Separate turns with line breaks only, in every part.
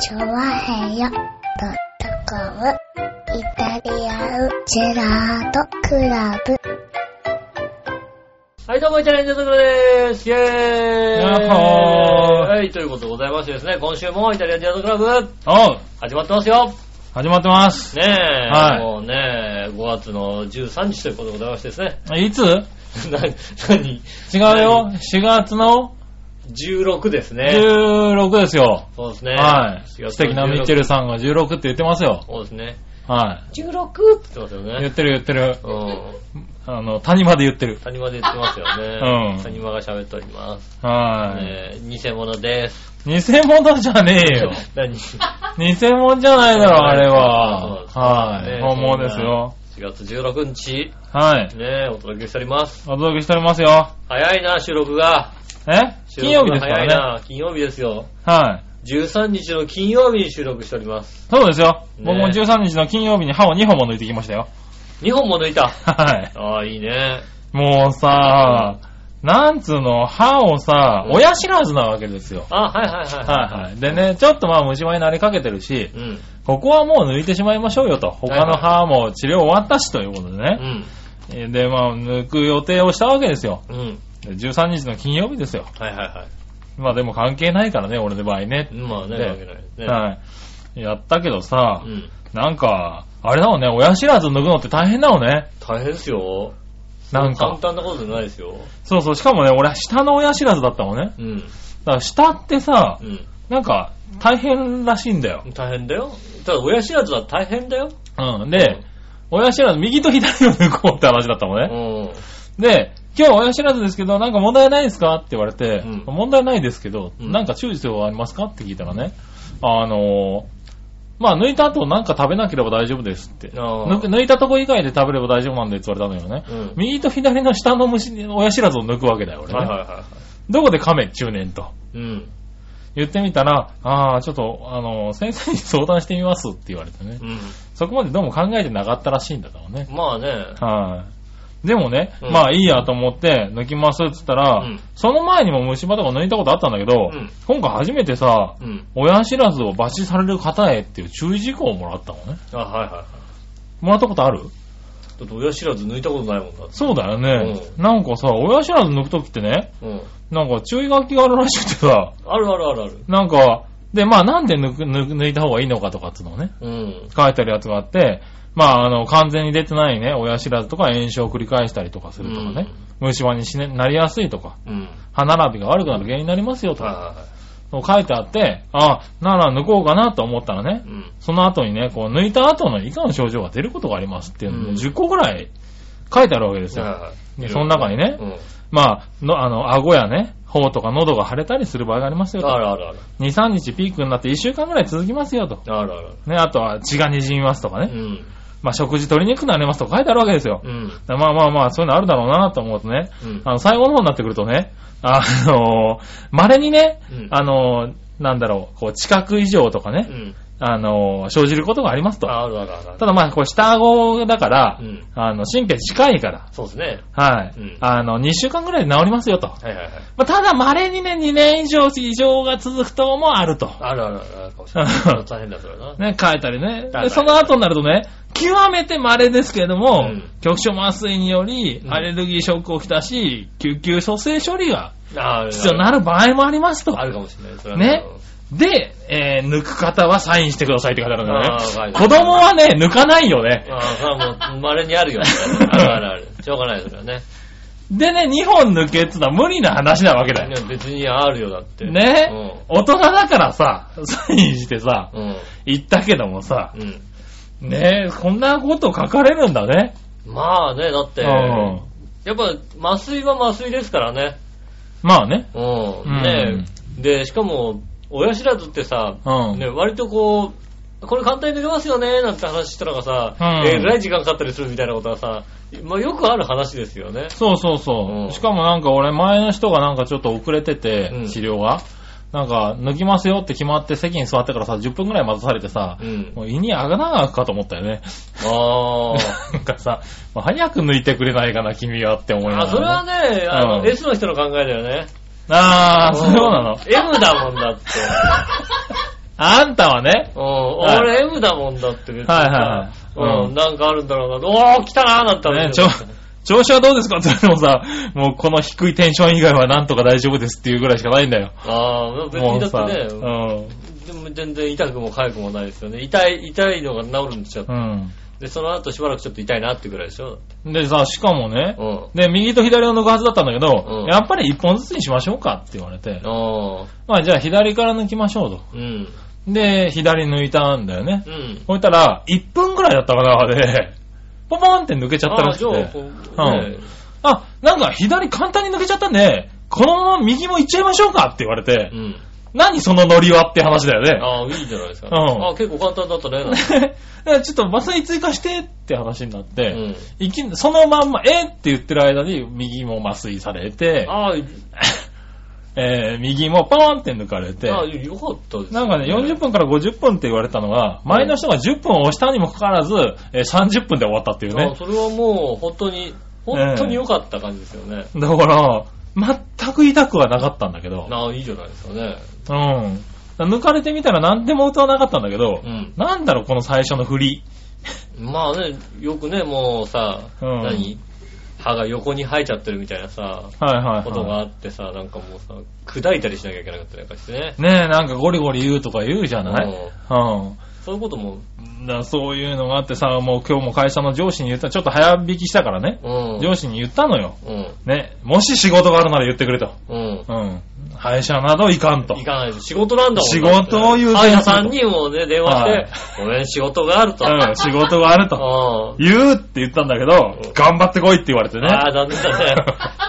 チョワヘヨドットコムイタリアンジェラートクラブ。
はい、どうも、イタリアンジェラートクラブです。イェーイ
やっほー
はい、ということでございましてですね、今週もイタリアンジェラートクラブ、
おう
始まってますよ
始まってます。
ねえ、
はい
もうねえ、5月の13日ということでございましてですね、
いつ違
な、何
うよ。4月の
?16 ですね。
16ですよ。
そうですね。
は
4月
い。
の16
素敵なミッチェルさんが16って言ってますよ。
そうですね。
は
16! って言ってますよ
い。言
ね
っ。てる言ってる。
うん。
あの、谷まで言ってる。
谷間で言ってますよね。
うん
谷間が喋っております。
はい。
ねえ偽物です。
偽物じゃねえよ。
何
偽物じゃないだろ、あれは。
そうです
は
ね
い。本物ですよ。
?4 月16日、
は
ね
い。
え、お届けしております。
お届けしておりますよ。
早いな、収録が。
え
収
金曜
録
日
が
ですか
早い
らね。
な、金曜日ですよ。
はい。
13日の金曜日に収録しております。
そうですよ。僕も
ね
13日の金曜日に歯を2本も抜いてきましたよ。
2本も抜いた。
はい。
ああ、いいね。
もうさ、なんつうの、歯をさ、
うん
親知らずなわけですよ。
あはいはいはい
はいはい。でね、ちょっとまあ虫歯になりかけてるし、
うん。
ここはもう抜いてしまいましょうよと。他
は
の
い
歯も治療終わったしということ
う
でね。
ん。
えで、まあ、抜く予定をしたわけですよ。
うん。
で13日の金曜日ですよ。
はいはいは
まあでも関係ないからね、俺の場合ね
い。。まあね、
ね
わけないですね。
はい。やったけどさ
う、ん。
なんか、あれだもんね、親知らず抜くのって大変だもんね。
大変ですよ。
なん
簡
か。
単なことじゃないですよ。
そうそう、しかもね、俺は下の親知らずだったもんね。
うん。
だから下ってさ
う、ん。
なんか、大変らしいんだよ。
大変だよ。ただ、親知らずは大変だよ。
うん。で、親知らず、右と左を抜こうって話だったもん
う
ね。
ん。
で、今日親知らずですけど、なんか問題ないですかって言われて、
うん
問題ないですけど、
うん
なんか注意することありますかって聞いたらね、あのーまあ、抜いた後なんか食べなければ大丈夫ですって。
あー
抜く抜いたとこ以外で食べれば大丈夫なんでって言われたのよね。
うん
右と左の下の虫、親知らずを抜くわけだよ、俺ね。
はいはいは
どこで噛め、中年と。
い。うん。
言ってみたら、ああ、ちょっと、あのー先生に相談してみますって言われてね。
うん。
そこまでどうも考えてなかったらしいんだからね。
まあね。
はい。でもね、
うん
まあいいやと思って抜きますって言ったら、
うん
その前にも虫歯とか抜いたことあったんだけど、
うん
今回初めてさ、
うん。
親知らずを抜歯される方へっていう注意事項をもらったのね。
あはいはいは
もらったことある
い。だって親知らず抜いたことないもんだって。
そうだよね。なんかさ、親知らず抜くときってね、
うん。
なんか注意書きがあるらしくてさ、
あるあるあるある。
なんか、で、まあなんで抜く抜く抜いた方がいいのかとかっていうのをね、
うん。
書いてあるやつがあって、まあ、あの、完全に出てないね、親知らずとか炎症を繰り返したりとかするとかね、虫歯にし、ね、なりやすいとか、
うん。
歯並びが悪くなる原因になりますよとか、
はいはいは
書いてあって、あ、なら抜こうかなと思ったらね
い。、うん。
その後にね、こう、抜いた後の以下の症状が出ることがありますっていうの
う
で、
ん
10個ぐらい書いてあるわけです
はい
よ。
はい
でその中にね
うん。
まあ、の、あの、顎やね、頬とか喉が腫れたりする場合がありますよ
あ
と。
るあるある。
2、3日ピークになって1週間ぐらい続きますよと。
あるある
ね、あとは血が滲みますとか
あ
ね
る。。うん。
まあ、食事取りにくくなりますとか書いてあるわけですよ。
うん。
まあまあまあ、そういうのあるだろうなと思うとね、
うん
あの、最後の方になってくるとね、あのー、稀にね、
うん
あのー、なんだろう、こう、近く以上とか
う
ね、
ん。
あのー、生じることがありますと。
あるあるあるあ
た
る。
だまあ、こう、下顎だから、
うん
あの、神経近いから、
そうですね。
は
う
い、
ん
あの、2週間ぐらいで治りますよと。
はいはいはい。
まあ、ただ稀にね、2年以上異常が続くともあると。
あるあるあるあるかもしれない。大変だ、それな。
ね、書いたりね。
だから
で、その後になるとね、極めて稀ですけれど
う
も、
ん
局所麻酔により
う、ん
アレルギーショックをきたし、救急蘇生処理が
ある
必要になる場合もありますと
あ。るかもしれない。それは
ねで、えー抜く方はサインしてくださいって書いてあるん
あー
だ
は
よ
い
ね。子供はね、抜かないよね。
ああ、それはもう、稀にあるよ。あるあるある。しょうがない、それはね。
でね、2本抜けってのは無理な話なわけだよ。
ね別にあるよ、だって。
ね、大人だからさ、サインしてさ、
うん。うん。
言ったけどもさ、
うん。
ねこんなこと書かれるんだね。
まあね、だって、
うん
やっぱ麻酔は麻酔ですからね。
まあね。
う
うん
ん。ねえで、しかも、親知らずってさ、
うん
ね、割とこう、これ簡単に抜けますよね、なんて話したらがさ、
うん
えらい時間かかったりするみたいなことはさ、まあよくある話ですよね。
そうそうそう。
うん
しかもなんか俺前の人がなんかちょっと遅れてて、
うん
治療が。なんか、抜きますよって決まって席に座ってからさ、10分くらい待たされてさ、
うん
もう胃に穴が開くかと思ったよね。
あ
なんかさ、もう早く抜いてくれないかな、君はって思いなが
あ、
ら、
それは
ね。
ね、あの、
うん
S の人の考えだよね。
あー、そうなの。
M だもんだって。
あん たはね、
うん、
い
俺 M だもんだって別にさ。
はいはいはいうん
うん、なんかあるんだろうな。おー、来たなーなったら
ねちょ調子はどうですかって言ってもさ、もうこの低いテンション以外はなんとか大丈夫ですっていうぐらいしかないんだよ。
ああ、別
も
に
う
だ
さ、
って
う
ね、
ん。
でも全然痛くも痒くもないですよね。痛い、痛いのが治るんですよ。
う
で、その後しばらくちょっと痛いなってぐらいでしょ。
ん。でさ、しかもね
う、ん。
で、右と左を抜くはずだったんだけど、
うん
やっぱり一本ずつにしましょうかって言われて、
ああ、
まあじゃあ左から抜きましょうと。
うん。
で、左抜いたんだよね。
うん。
こういったら、1分ぐらいだったかな、で、ポポンって抜けちゃった
あ
ら
あ、
し
じゃ
く
あ
て
こう、
うん
ね
あ、なんか左簡単に抜けちゃったんで、このまま右も行っちゃいましょうかって言われて
う、ん。
何そのノリはって話だよね。
ああ、いいじゃないですか。
うん
ああ、結構簡単だったね。なんか
でちょっと麻酔追加してって話になっ
う
て、
ん。
いきそのまんま、えーって言ってる間に右も麻酔されて、
ああ、い
えー右もポーンって抜かれて、
ああ、よかったです、
なんかね、40。分から50分って言われたのが、前の人が10分を押したにもかかわらず、えー30分で終わったっていう
ああ
ね。
それはもう、本当に、本当に良かった感じですよね。
だから、全く痛くはなかったんだけど、
ああ、いいじゃないですかね。
うん。抜かれてみたら何でも歌はなかったんだけど、
うん
なんだろう、この最初の振り。
まあね、よくね、もうさ、
うん
何歯が横に生えちゃってるみたいなさ、
はいはい、
こと
は
があってさ、なんかもうさ、砕いたりしなきゃいけなかったりなんかしてね。
い。ねえ、なんかゴリゴリ言うとか言うじゃないうん。
そういうことも、
だからそういうのがあってさ、もう今日も会社の上司に言った、ちょっと早引きしたからね、
うん。
上司に言ったのよ。
うん。
ね、もし仕事があるなら言ってくれと。
うん。
うん。歯医者などいかんと。
行かないと仕事なんだもん。
仕事を言う
歯医者さんにもね、電話して、ごめん、仕事があると。
うん、仕事があると。
う
言うって言ったんだけ
う
ど
ん、
頑張ってこいって言われて
ん。
ね。
ああ、残念だ ね。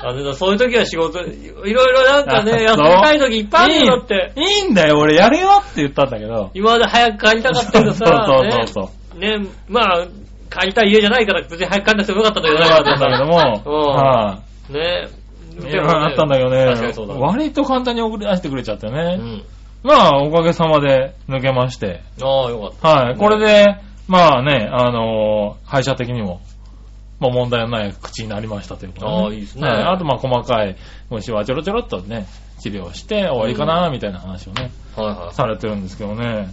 残念だ。そういう時は仕事、いろいろなんかね、
あ
休
そう
みたい時いっぱいあるんだって。
いいんだよ、俺やるよって言ったんだけど。
今まで早く帰りたかったけどさ、
そうそうそうそう
ね、ね、まあ、帰りたい家じゃないから、別に早く帰んなくてもよかったんだけど
よ
ね、
かったんだけども、
うん
は
ね。
い。いろいろあったんだけど
確かにそうだ
ね、。割と簡単に送り出してくれちゃって
う
ね。
ん。
まあ、おかげさまで抜けまして。
ああ、よかった。
は
う
い。
ん
これで、まあね、あのー、歯医者的にも、まあ問題のない口になりましたということで、
ああいいですね
はあとまあ細かい虫はちょろちょろっとね、治療して終わりかな、みたいな話をね、
はいは
されてるんですけどね。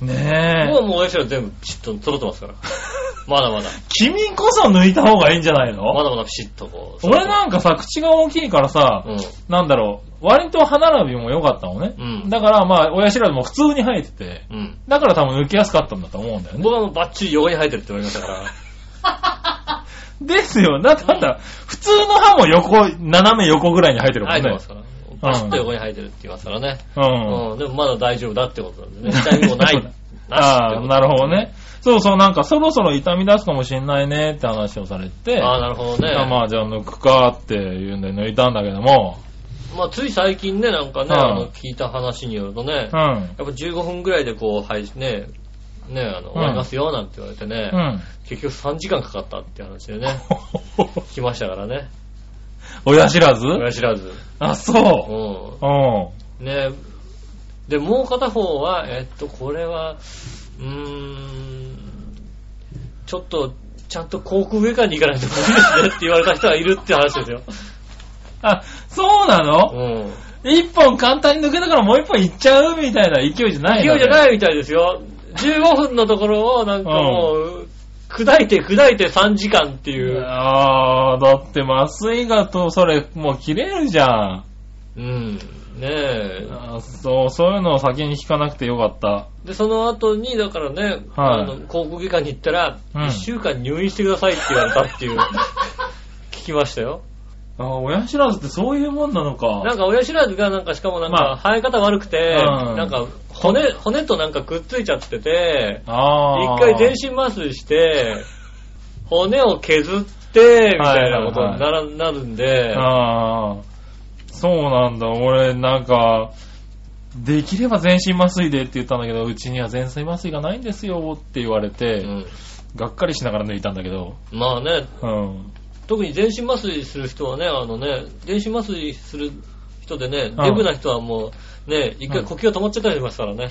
い。
ね
も
え
う。もうおやしは全部ピシッと揃ってますか ら。まだまだ。
君こそ抜いた方がいいんじゃないの
まだまだピシッとこう。
俺なんかさ、口が大きいからさ、
うん。
なんだろう、割と歯並びも良かったのね。
うん
だからまあ、親知らずも普通に生えてて、
うん。
だから多分抜きやすかったんだと思うんだよね。
僕はもうバッチリ横に生えてるって言われました から。
ですよ。だってなんだ、普通の歯も横、斜め横ぐらいに生えてるも
生え
ん
て
ね
ま。すから。バチッと横に生えてるって言いますからね。
うん。
うん。でもまだ大丈夫だってことなんでね。痛みもない。
ああ、な
る
るほどね。そうそう、なんかそろそろ痛み出すかもしんないねって話をされて、
ああ、なるほどね。
あまあじゃあ抜くかっていうんで抜いたんだけども、
まあ、つい最近ね、なんかね、
うん
あの、聞いた話によるとね、
う
やっ
ん。
ぱ15分ぐらいでこう、はい、ね、ね、あの、
ん
終わりますよ、なんて言われてね
う、ん。
結局3時間かかったって話でね、来ましたからね、
親知らず
親知らず。
あ、そう。
う
うん。
ん。ね、で、もう片方は、えっと、これは、うーん、ちょっと、ちゃんと航空上からに行かないと無理ですねって言われた人がいるって話ですよ。
あ、そうな
う
の
ん。
一本簡単に抜けたからもう一本いっちゃうみたいな勢いじゃない
勢いじゃ
い。
ないみたいですよ。15分のところをなんかもう、砕いて砕いて3時間っていう。
ああ、だって麻酔がと、それ、もう切れるじゃん。
うん。ねえ。
あそう、そういうのを先に聞かなくてよかった。
で、その後に、だからね、
はい
あの、航空外科に行ったら、
うん
1週間入院してくださいって言われたって いう、聞きましたよ。
あ親知らずってそういうもんなのか。
なんか親知らずがなんかしかもなん
まあ
か生え方悪くて、
うん
なんか骨、骨となんかくっついちゃってて、
ああ。
一回全身麻酔して、骨を削って、みたいなことにならなるんで、
ああ。そうなんだ。俺、なんか、できれば全身麻酔でって言ったんだけど、うちには全身麻酔がないんですよって言われて、
うん
がっかりしながら抜いたんだけど。
まあね、
うん。
特に全身麻酔する人はね、あのね、全身麻酔する人でね、
うん
デブな人はもう、ね、一回呼吸が止まっちゃったりしますからね。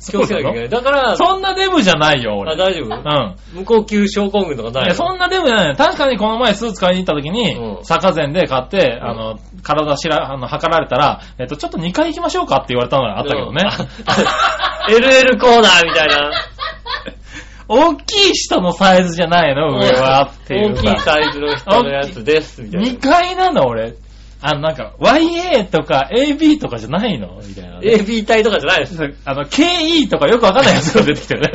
気
そう
をつけな
なの
きゃいけない。だから、
そんなデブじゃないよ、俺。
あ大丈夫
うん。
無呼吸症候群とかない
い
の
や、そんなデブじゃないよ。確かにこの前スーツ買いに行った時に、
うん
坂前で買って、あの、体しら、あの、測られたら、えっと、ちょっと2回行きましょうかって言われたのがあったけどね。
あ LL コーナーみたいな。
大きい人のサイズじゃないの上はってい
大
う
きいサイズの人のやつです、みたい
2
な。
階なの俺。あの、なんか、YA とか AB とかじゃないのみたいな。
AB 体とかじゃないです。
あの、KE とかよくわかんないやつが出てきてるね。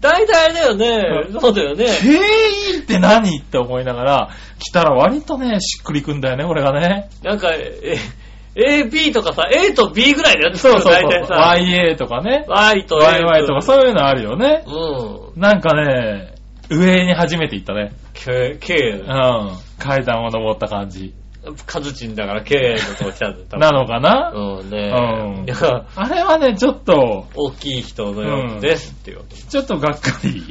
大体あれだよね。そうだよね。
KE って何って思いながら、来たら割とね、しっくりくんだよね、俺がね。
なんか、え AB とかさ、A と B ぐらいだよね。大体さ。
YA とかね。
Y と A
YY とかそういうのあるよね。
うん。
なんかね、上に初めて行ったね。
K、
う
K、
ん。階段を登った感じ。
カズチンだから K のとこ来たんだよ多分
なのかな、
うんね
うん
いや
あれはね、ちょっと、
大きい人のようですっていう。
ちょっとがっかり。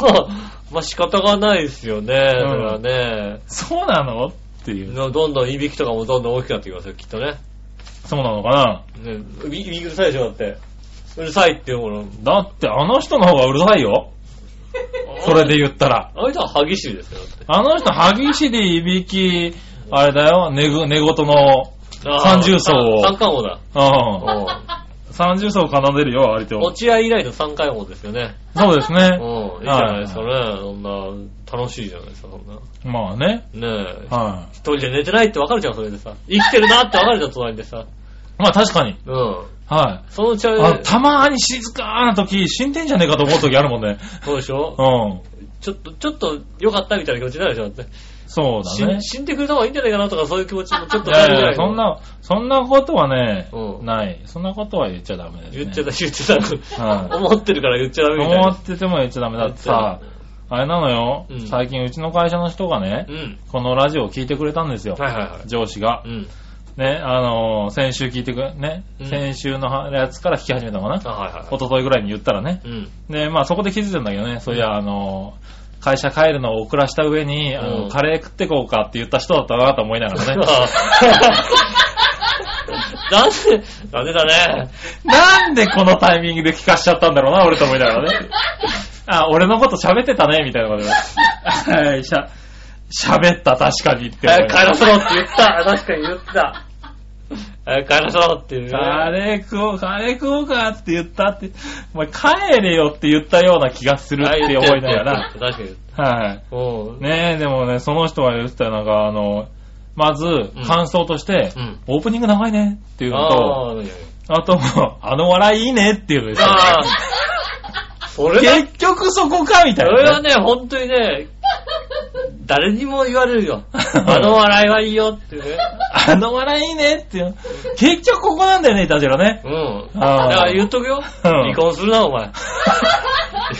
まあ、まあ仕方がないですよね。だからね。
そうなのっていう。
のどんどんいびきとかもどんどん大きくなってきますよ、きっとね。
そうなのかな
ねいびいびきうるさいでしょ、だって。うるさいっていうもの。
だってあの人の方がうるさいよ。それで言ったら。
あの人は歯ぎしりですよ、だって。
あの人、歯ぎしり、いびき、あれだよ、寝ぐ寝言の、
あー
三重奏を
三三冠王だ。
うん。
う
三重奏奏でるよ、割
ん
と。
落合以来の三冠王ですよね。
そうです
う
ね。
ん。いいじゃないですかね。そんな、楽しいじゃないですか、そんな。
まあね。
ねえ。
は
一人で寝てないって分かるじゃん、それでさ。生きてるなって分かるじゃん、隣でさ。
い。まあ確かに。
うん。
はい。
そのうちあれ
あたまーに静かな時、死んでんじゃねえかと思う時あるもんね。
そうでしょ
うん。
ちょっと、ちょっと良かったみたいな気持ちになるでしょ、だって。
そうだね
死。死んでくれた方がいいんじゃないかなとか、そういう気持ちもちょっ
い
と
や
あ
い
る
や
じ
い
ゃ
や、そん
な
な、そんなことはね
う、ん
ない。そんなことは言っちゃダメですね。
言っちゃだ、言っちゃ
はい
だ。思ってるから言っちゃダメみたい
思
な。
ってても言っちゃダメだってさ、あれなのよ
うん、
最近うちの会社の人がね
う、ん。
このラジオを聞いてくれたんですよ。
はいはいは
上司が
い。。うん。
ね、あのー、先週聞いてくれ、ね
う、ん
先週のやつから聞き始めたのか
あ、
な。
はいはいは
一昨日ぐらいに言ったらね。
い。うん。
で、まあそこで気づいたんだけどね、そういや、あのー、会社帰るのを遅らした上に、あ
うん
の、カレー食ってこうかって言った人だったなと思いなが らね。
なんで、なんでだね。
なんでこのタイミングで聞かしちゃったんだろうな、俺と思いな がらね。あ、俺のこと喋ってたね、みたいなことで。はい、 しゃ、喋った、確かにって思い
早く
なが
帰
ら
らせろって言った。確かに言った。早く帰らせろっていうね。
カレー食おう、カレー食おうかって言ったって、お前帰れよって言ったような気がするって思いながら。
確かに。
はい。
うん。
ねえ、でもね、その人が言ってたなんか、あの、まず
ん、
感想として、
うん
オープニング長いねっていうの
ああ、
と、
いやいや
あと、あの笑いいいねっていうのですよね
ああ。それだ
結局そこかみた
そ
いな。
れはね、本当にね、誰にも言われるよ。あの笑いはいいよってね。
あの笑いいいねっていう。結局ここなんだよね、いたじらね。
うん。だ
あー
から言っとくよ。離婚するな、お前。離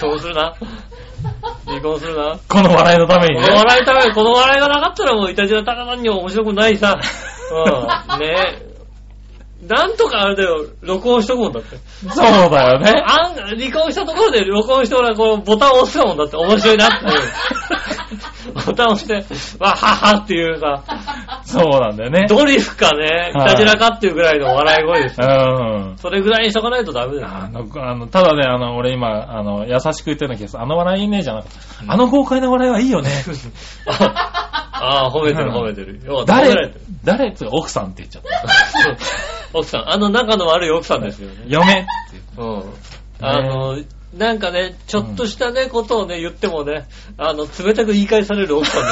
婚するな。離婚するな。
この笑いのため
こ
に
の
ね。
笑いため、この笑いがなかったらもういたじら高さんには面白くないさ。うん。ねなんとかあれだよ、録音しとくもんだって。
そうだよね。
あん、離婚したところで録音してもらう、このボタンを押すかもんだって面白いなって いう。ボタンを押して、わははっていうさ、
そうなんだよね。
ドリフかね、い
はい
たじらかっていうぐらいの笑い声です
う。ん。
それぐらいにしとかないとダメだ
あ
よ。
の、あの、ただね、あの、俺今、あの、優しく言ってるような気がする。あの笑いいいねじゃなくて、あの豪快な笑いはいいよね。
ああ、褒めてる褒めてる。よかった、褒められ
誰
てる。
誰って奥さんって言っちゃった。
そう奥さん、あの仲の悪い奥さんですよね。
嫁。
うん。あの、なんかね、ちょっとしたね、ことをね、言ってもね、あの、冷たく言い返される奥さん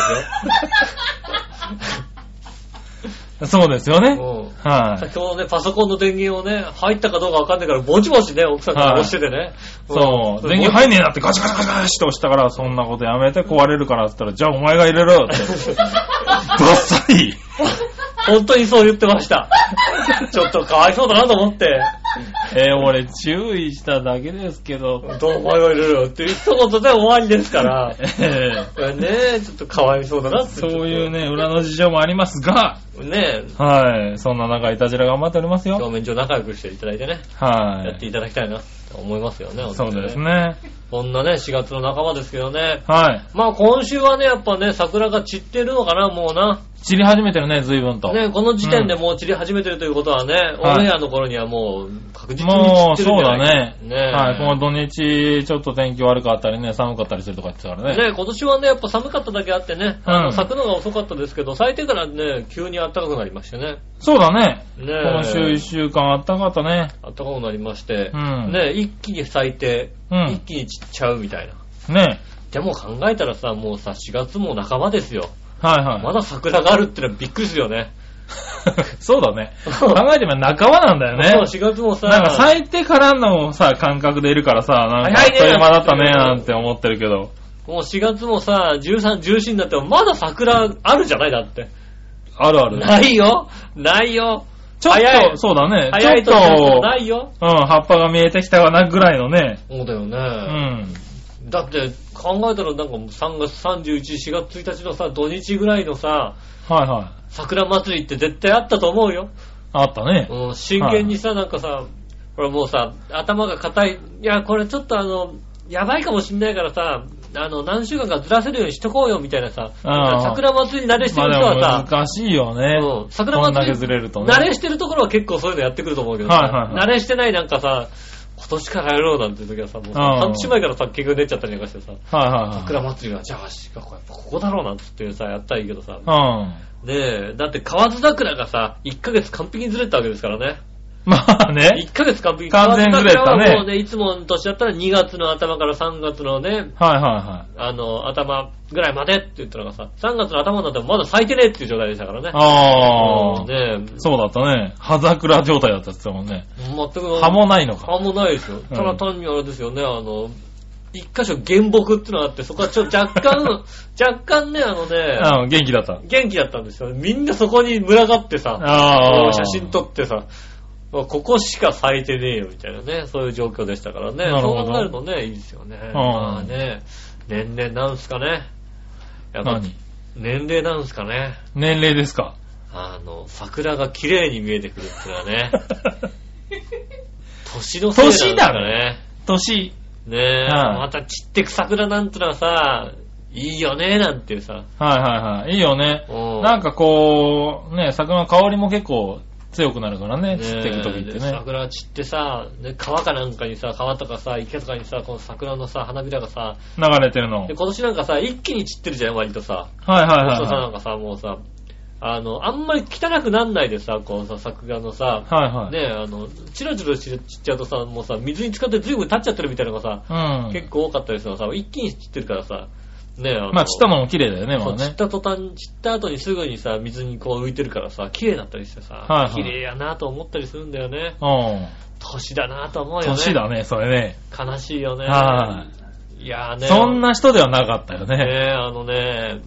そうですよ
で
ね。
す よ。うん。
はい。
先ほどね、パソコンの電源をね、入ったかどうかわかんないから、ぼちぼちね、奥さんから押しててね。
そう。電源
っ
入んねえなってガチャガチャガチャガチャって押したから、そんなことやめて壊れるからって言ったら、じゃあお前が入れろよって。どっさり。
本当にそう言ってました。 ちょっとかわいそうだなと思って、
えー俺注意しただけですけど、
どうお前がいるよって一言で終わりですから
え、ー
ねえ、ちょっとかわいそうだなって。
そういうね、裏の事情もありますが、
ねえ、
はい、そんな中、いたじら頑張っておりますよ。
表面上仲良くしていただいてね、や
は
って
い。
いただきたいなと思いますよね。本当
そう
に
です。ね。
こんなね、4月の半ばですけどね。
はい。
まあ今週はね、やっぱね、桜が散ってるのかな、もうな。
散り始めてるね、随分と。
ね、この時点でもう散り始めてるということはね、
はい
オンエアの頃にはもう確実に
もう、
散ってる
そ
ん
う
じゃ
だ
ない
ね
か。ねえ
はい、この土日、ちょっと天気悪かったりね、寒かったりするとか言ってたからね。
ね今年はね、やっぱ寒かっただけあってね、あ
う
の
ん
咲くのが遅かったですけど、咲いてからね、急に暖かくなりましてね。
そうだね。
ね
今週一週間あったかったね。
暖かくなりまして、
うん
ね一気に咲いて、
うん
一気に散っちゃうみたいな。
ね
でも考えたらさ、もうさ、4月も半ばですよ。
はいはい。
まだ桜があるってのはびっくりするよね。
そうだね。考えてみれば仲間なんだよ
そう、4
ね。
月もさ、
なんか咲いてからのさ、感覚でいるからさ、なんかあっ
早い
と
ね
いう間だったね、なんて思ってるけど。
もう4月もさ、13、14になってもまだ桜あるじゃないだって。
あるあ る。
ないよないよ
ちょっ
早い
と、そうだね。
早い
ち
と
ょっ
も
と、
ないよ
うん、葉っぱが見えてきたかなぐらいのね。
そうだよ
う
ね。
ん。
だって考えたらなんかもう3月31、4月1日のさ、土日ぐらいのさ、
はいはい。
桜祭りって絶対あったと思うよ。
あったね。
うん、真剣にさ、なんかさ、ほらもうさ、頭が硬い。いや、これちょっとあの、やばいかもしんないからさ、あの、何週間かずらせるようにしとこうよみたいなさ、
あー
桜祭り慣れして
ま
る
あ
人はさ、
でも難しいよね。
うん桜
こんだ
祭
け
り、
ずれるとね。
慣れしてるところは結構そういうのやってくると思うけどさ、
はいはいはい
慣れしてないなんかさ、今年からやろうなんて時はさ、もうさ
うん
半年前からさ、結局出ちゃったりなんかしてさ、
はいはいはい。
桜祭りは、じゃあ、しかこやっぱここだろうなんつってさ、やったらいいけどさ、
うん。
ねえ、だって河津桜がさ、1ヶ月完璧にずれたわけですからね。
まあね。
1ヶ月完璧に
完全にずれたね
河津桜はもうね、いつもの年だったら2月の頭から3月のね、
はいはいはい。
あの、頭ぐらいまでって言ったのがさ、3月の頭になってもまだ咲いてねえっていう状態でしたからね。
ああ、
ねえ、
そうだったね。葉桜状態だったって言ってたもんね。
全く。
葉もないのか。
あんまないですよ。ただ単にあれですよね、あの、一箇所原木ってのがあって、そこはちょ、若干、 若干ね、あのね、
うん、元気だった。
元気だったんですよ。みんなそこに群がってさ、
ああ。
写真撮ってさ、ここしか咲いてねえよみたいなね、そういう状況でしたからね。
なるほど
そう考えるとね、いいですよね。
ん
まあね、年齢なんすかね。やっぱ
何
年齢なんすかね。
年齢ですか。
あの、桜が綺麗に見えてくるっていうのは ね、年の
年だろ
ね。
年。
ねえ、
はい
また散ってく桜なんてのはさ、いいよね、なんていうさ。
はいはいはい。いいよね。
うん
なんかこう、ね、桜の香りも結構強くなるからね、
ねえ
散ってく時って
で
ね。
桜散ってさ、ね、川かなんかにさ、川とかさ、池とかにさ、この桜のさ、花びらがさ、
流れてるの。はい
で今年なんかさ、一気に散ってるじゃん、割とさ。
はい
今
はい
年さ、なん
は
かさ、もうさ、あの、あんまり汚くなんないでさ、こうさ、桜のさ、
い。はいはい。
ねえ、あの、チラチラ散っちゃうとさ、もうさ、水に浸かって随分経っちゃってるみたいなのがさ、
うん。
結構多かったりするのさ、一気に散ってるからさ、ねえ、あの
まあ、散ったのも綺麗だよね、
そ
まあ
う散っ
ね。
た途端、散った後にすぐにさ、水にこう浮いてるからさ、綺麗だったりしてさ、
はいはい
綺麗やなと思ったりするんだよね。
うん。
年だなと思うよね。
年だね、それね。
悲しいよね。。
はい
やーね。
そんな人ではなかったよ
ね
ね。
え、あのね、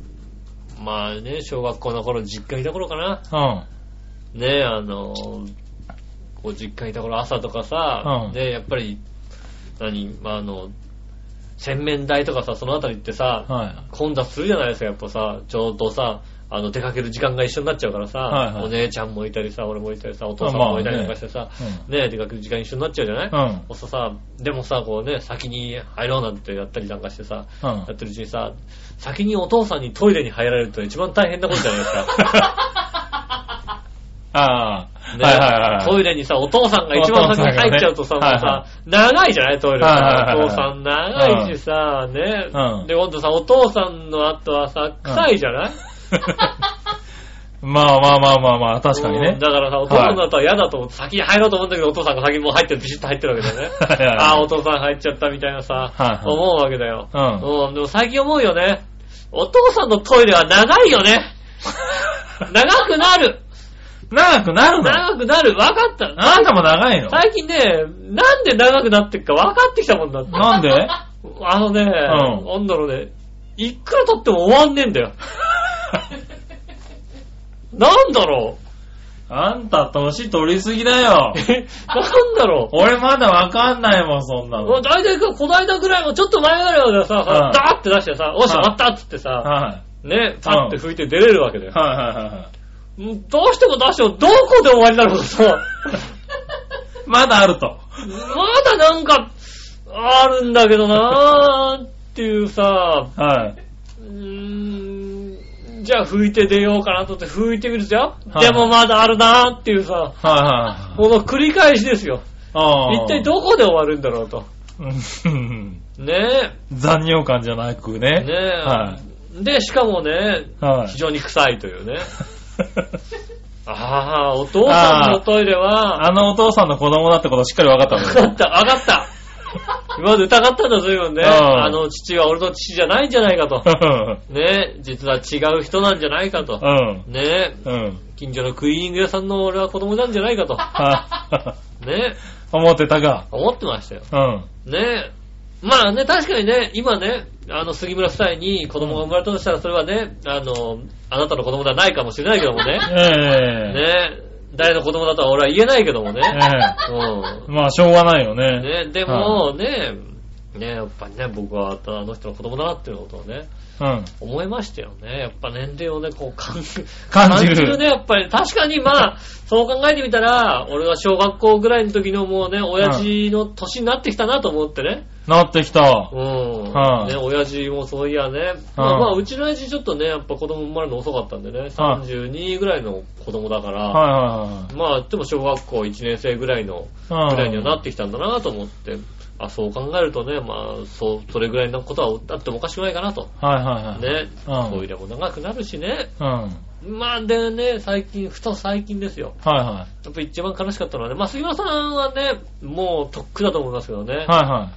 まあね、小学校の頃、実家にいた頃かな。
うん。
ねえ、あの、こう実家にいた頃、朝とかさ、
うん
ねえやっぱり、何、まああの、洗面台とかさ、そのあたりってさ、
は
混雑するじゃないですか、やっぱさ、ちょうどさ、あの、出かける時間が一緒になっちゃうからさ、
はいはい
お姉ちゃんもいたりさ、俺もいたりさ、お父さんもいたりなんかしてさ、ね出かける時間一緒になっちゃうじゃない、
い。うん。
おささ、でもさ、こうね、先に入ろうなんてやったりなんかしてさ、
うん
や。ってるうちにさ、先にお父さんにトイレに入られるってのは一番大変なことじゃない ですか。
ああ。
ね
はいはいはい
トイレにさ、お父さんが一番先に入っちゃうとさ、
お
もう
父さんが
さ、長いじゃないトイレさ
はい。はいはいはい
お父さん長いしさ、ね
う。ん
で、今度さ、お父さんの後はさ、臭いじゃない
まあまあまあまあまあ、確かに
うん
ね。。
だからさ、お父さんだとは嫌だと思って、先に入ろうと思うんだけど、お父さんが先にもう入ってる、ビシッと入ってるわけだよね
はいはいはい
ああ、お父さん入っちゃったみたいなさ、
はいはい
思うわけだよ。
うん。
うん、でも最近思うよね。お父さんのトイレは長いよ ね。長くなる。
長くなるの
長くなる。分かった。
あんたも長いの
最近ね、なんで長くなってっか分かってきたもんだって。
なんで
あのね、
ん
なんだろうね、いくら経っても終わんねえん だよ。なんだろう。
あんた年取りすぎだ よ。
えなんだろう。
俺まだわかんないもん、そんな
もう
の。
大体ここの間ぐらいも、ちょっと前ぐらいまでさ、
うん
ダーって出してさ、おし、終わったっつってさ、
は
ね、パッて拭いて出れるわけだ
い。
よ。
はいはいはいはい。
うんどうしても出しても、どこで終わりなのかさ、
まだあると。
まだなんか、あるんだけどなーっていうさ、
は
うーん、じゃあ拭いて出ようかなと思って拭いてみるじゃん、
はい
でもまだあるなーっていうさ、
はいはい。
この繰り返しですよ。
ああ。
一体どこで終わるんだろうと。
うん
ね
残尿感じゃなく
え。
ね。
ねえ。
は
で、しかもね、
い。は
非
い。
常に臭いというね。ああ、お父さんのトイレは、
あのお父さんの子供だってことしっかり分かった
分
も
か
んね。
った、分かった。今まで疑ったんだ、随分ね。
うん
あの父は俺の父じゃないんじゃないかと。
う
ねえ、実は違う人なんじゃないかと。
ん。
ねえ、
うん。
近所のクリーニング屋さんの俺は子供なんじゃないかと。
は
ねえ、
思ってたが。
思ってましたよ。
うん。
ねえ。まあね、確かにね、今ね、あの、杉村夫妻に子供が生まれたとしたら、それはね、あの、あなたの子供ではないかもしれないけど もね。
ええ。
ねえ、誰の子供だとは俺は言えないけどもね。
ええ。
うん。
まあ、しょうがないよね。
ね、でもね、ね、やっぱりね、僕はあの人の子供だなっていうことをね、
うん。
思いましたよね。やっぱ年齢をね、こう感じる。
感じる
ね、やっぱり。確かにまあ、そう考えてみたら、俺は小学校ぐらいの時のもうね、親父の年になってきたなと思ってね。
なってきた
う。ん。
はい
ね、親父もそういやね。まあ、まあうちの親父ちょっとね、やっぱ子供生まれるの遅かったんでね、32ぐらいの子供だから、
は
まあ、でも小学校1年生ぐらいの
いはいはい。うん
ぐらいにはなってきたんだなと思って、あ、そう考えるとね、まあ、そう、それぐらいのことはあってもおかしくないかなと。
はいはいはい。
ね、
うん
トイレも長くなるしね。
うん。はい
まあ、でね、最近、ふと最近ですよ。
は
やっぱ一番悲しかったのはね、まあ、杉村さんはね、もうとっくだと思いますけどね
い。、はいは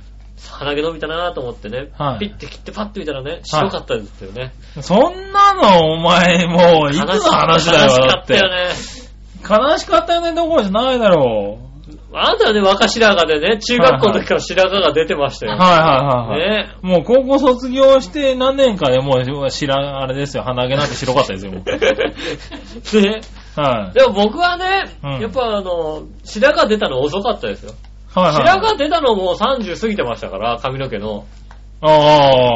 鼻毛伸びたなと思ってね、
はい
ピッて切ってパッて見たらね、白かったですよね。
い。そんなの、お前、もう、いつの話だよ、
悲し
だ
か
っ
った
て
よ。ね。
悲しかったよね、どころじゃないだろ
あなたはね、若白髪でね、中学校の時から白髪が出てました
う。
よ。
はいはいはいはい。
ね。
もう高校卒業して何年かでもう知らん、あれですよ、鼻毛なんて白かったですよ、もう
ね。
はい。
でも僕はね、
うん
やっぱあの、白髪出たの遅かったですよ。
はいはい。
白髪出たのもう30過ぎてましたから、髪の毛の。
あ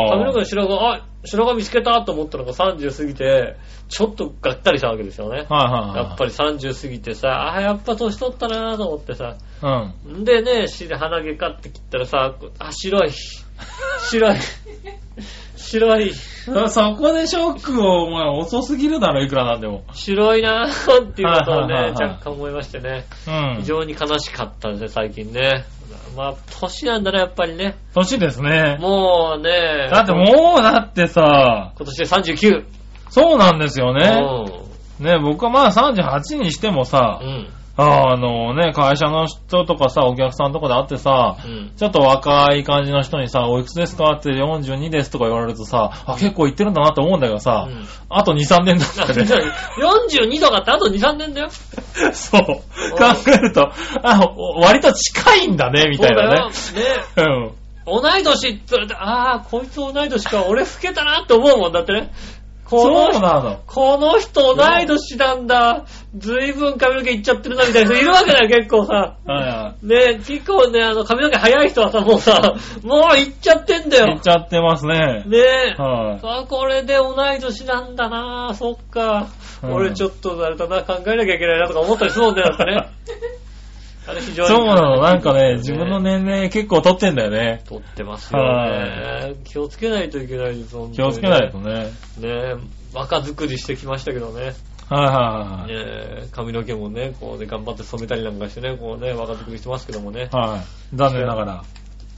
あ。
髪の毛の白髪、あ、白髪見つけたと思ったのが30過ぎて、ちょっとがったりしたわけですよね。
はいはいはい。
やっぱり30過ぎてさ、あ、やっぱ年取ったなと思ってさ。
うん。
んでね、し鼻毛カって切ったらさ、あ、白い。 白い。白い。
そこでショックを、お前遅すぎるだろ、いくらなんでも。
白いなぁっていうことをね
はいはいはい、はい
若干思いましてね。
うん
非。常に悲しかったですね、最近ね。まあ、年なんだね、やっぱりね。
年ですね。
もうね。
だってもう、だってさ、
今年で39。
そうなんですよね。
うん
ね、僕はまあ38にしてもさ
う、ん。
あのね、会社の人とかさ、お客さんとかで会ってさ、
うん。
ちょっと若い感じの人にさ、おいくつですかって42ですとか言われるとさ、あ、結構言ってるんだなって思うんだけどさ、
うん
あと2、3年だ
だ
っ
ってて
ね。
42とかってあと2、3年だよ。
そう。考えると、あ、お割と近いんだね、みたいなね。
そうだよね。
うん。
同い年って言われて、ああ、こいつ同い年か、俺老けたなって思うもんだってね。こ
そ
の
う
人、
なの。
この人同い年なんだ。ずいぶん髪の毛いっちゃってるなみたいな人いるわけだよ、結構さ。
は
ね結構ね、あの、髪の毛早い人はさ、もうさ、 もういっちゃってんだ
いはい。い
よ
っ。ちゃってますね。
ねえ。
はい。
あ、これで同い年なんだなぁ、そっか。
うん
俺ちょっとあれだな、考えなきゃいけないなとか思ったりするもんだよ、ね。 あれ非常に。
そうなの、なんかね、自分の。年齢結構取ってんだよね。
撮ってますよ
は
ね。気をつけないといけないです、本当
気を
にね
つけないと。ね。
ね若作りしてきましたけどね。
は
ね
いはい
え髪の毛もね、こうね、頑張って染めたりなんかしてね、こうね、若作りしてますけどもね。
はい。はい。残念ながら。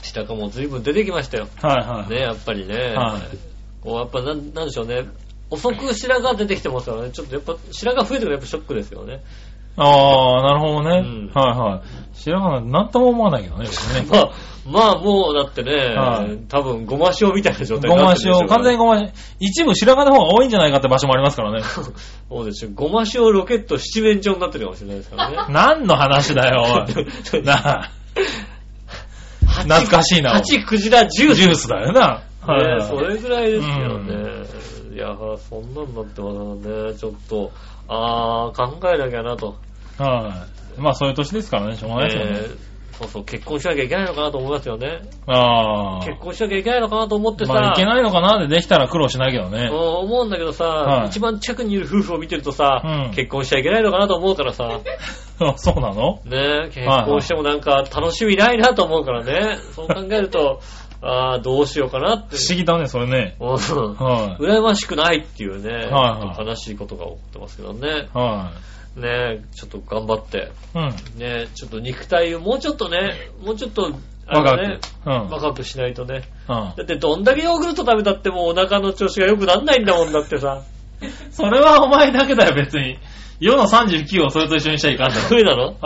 下かも随分出てきましたよ。
はいはい。
ねやっぱりね。
はい
こう、やっぱなん、なんでしょうね。遅く白髪出てきてますからね。ちょっとやっぱ、白髪増えてくるやっぱショックですよね。
ああ、なるほどね。
うん
はいはい。白髪なんてとも思わないけどね、僕ね。
まあ、まあもうだってね、
はい
多分ごま塩みたいな状態
ご
にな
ま
ってるでしょ
塩、完全に
に。
ごま塩。一部白髪の方が多いんじゃないかって場所もあります からね。
そうでしょ。ごま塩ロケット七面鳥になってるかもしれないですからね。
何の話だよ、おい。なあ、懐かしいなおい
8クジラ
ジ
10
ュースだよな。はいはい
ね、それぐらいですよね。いや、そんなんなってますからね。ちょっと、あー、考えなきゃなと。
はい。まあ、そういう年ですからね、しょうがないですよね。
えーそうそう、結婚しなきゃいけないのかなと思いますよね。
ああ。
結婚しなきゃいけないのかなと思ってさ、
まあ、いけないのかなでできたら苦労しないけどね
うん。思うんだけどさ、
はい
一番近くにいる夫婦を見てるとさ、
うん
結婚しちゃいけないのかなと思うから さ、
そうなの
ね、結婚してもなんか楽しみないなと思うからね、そう考えると、ああ、どうしようかなって
不。思議だね、それね。
うん
はい。
羨ましくないっていうね、
はいはい
ちょっと悲しいことが起こってますけどね。
は
ねちょっと頑張って、
い。うん。
ねちょっと肉体をもうちょっとね、もうちょっと、あ
若
の
く。
ね、
うん。
若くしないとね。
うん
だってどんだけヨーグルト食べたってもうお腹の調子が良くなんないんだもんだってさ。
それはお前だけだよ、別に。世の39をそれと一緒にしちゃいかんだ
ダメなの
ろ。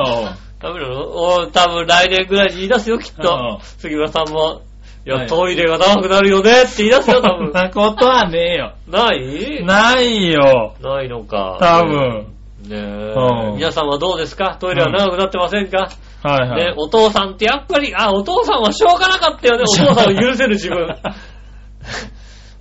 ダメなのお多分来年ぐらいに言い出すよ、きっ
う
と
ん。
杉村さんも。いや、
はい
トイレが長くなるよねって言い出すよ、多
そん
分。
なことはねえよ。
ない
ないよ。
ないのか。
多。分。
ねえ、
うん
皆さんはどうですかトイレは長くなってませんか、
はいは
ね
い。
お父さんってやっぱり、あ、お父さんはしょうがなかったよね。お父さんを許せる自 分。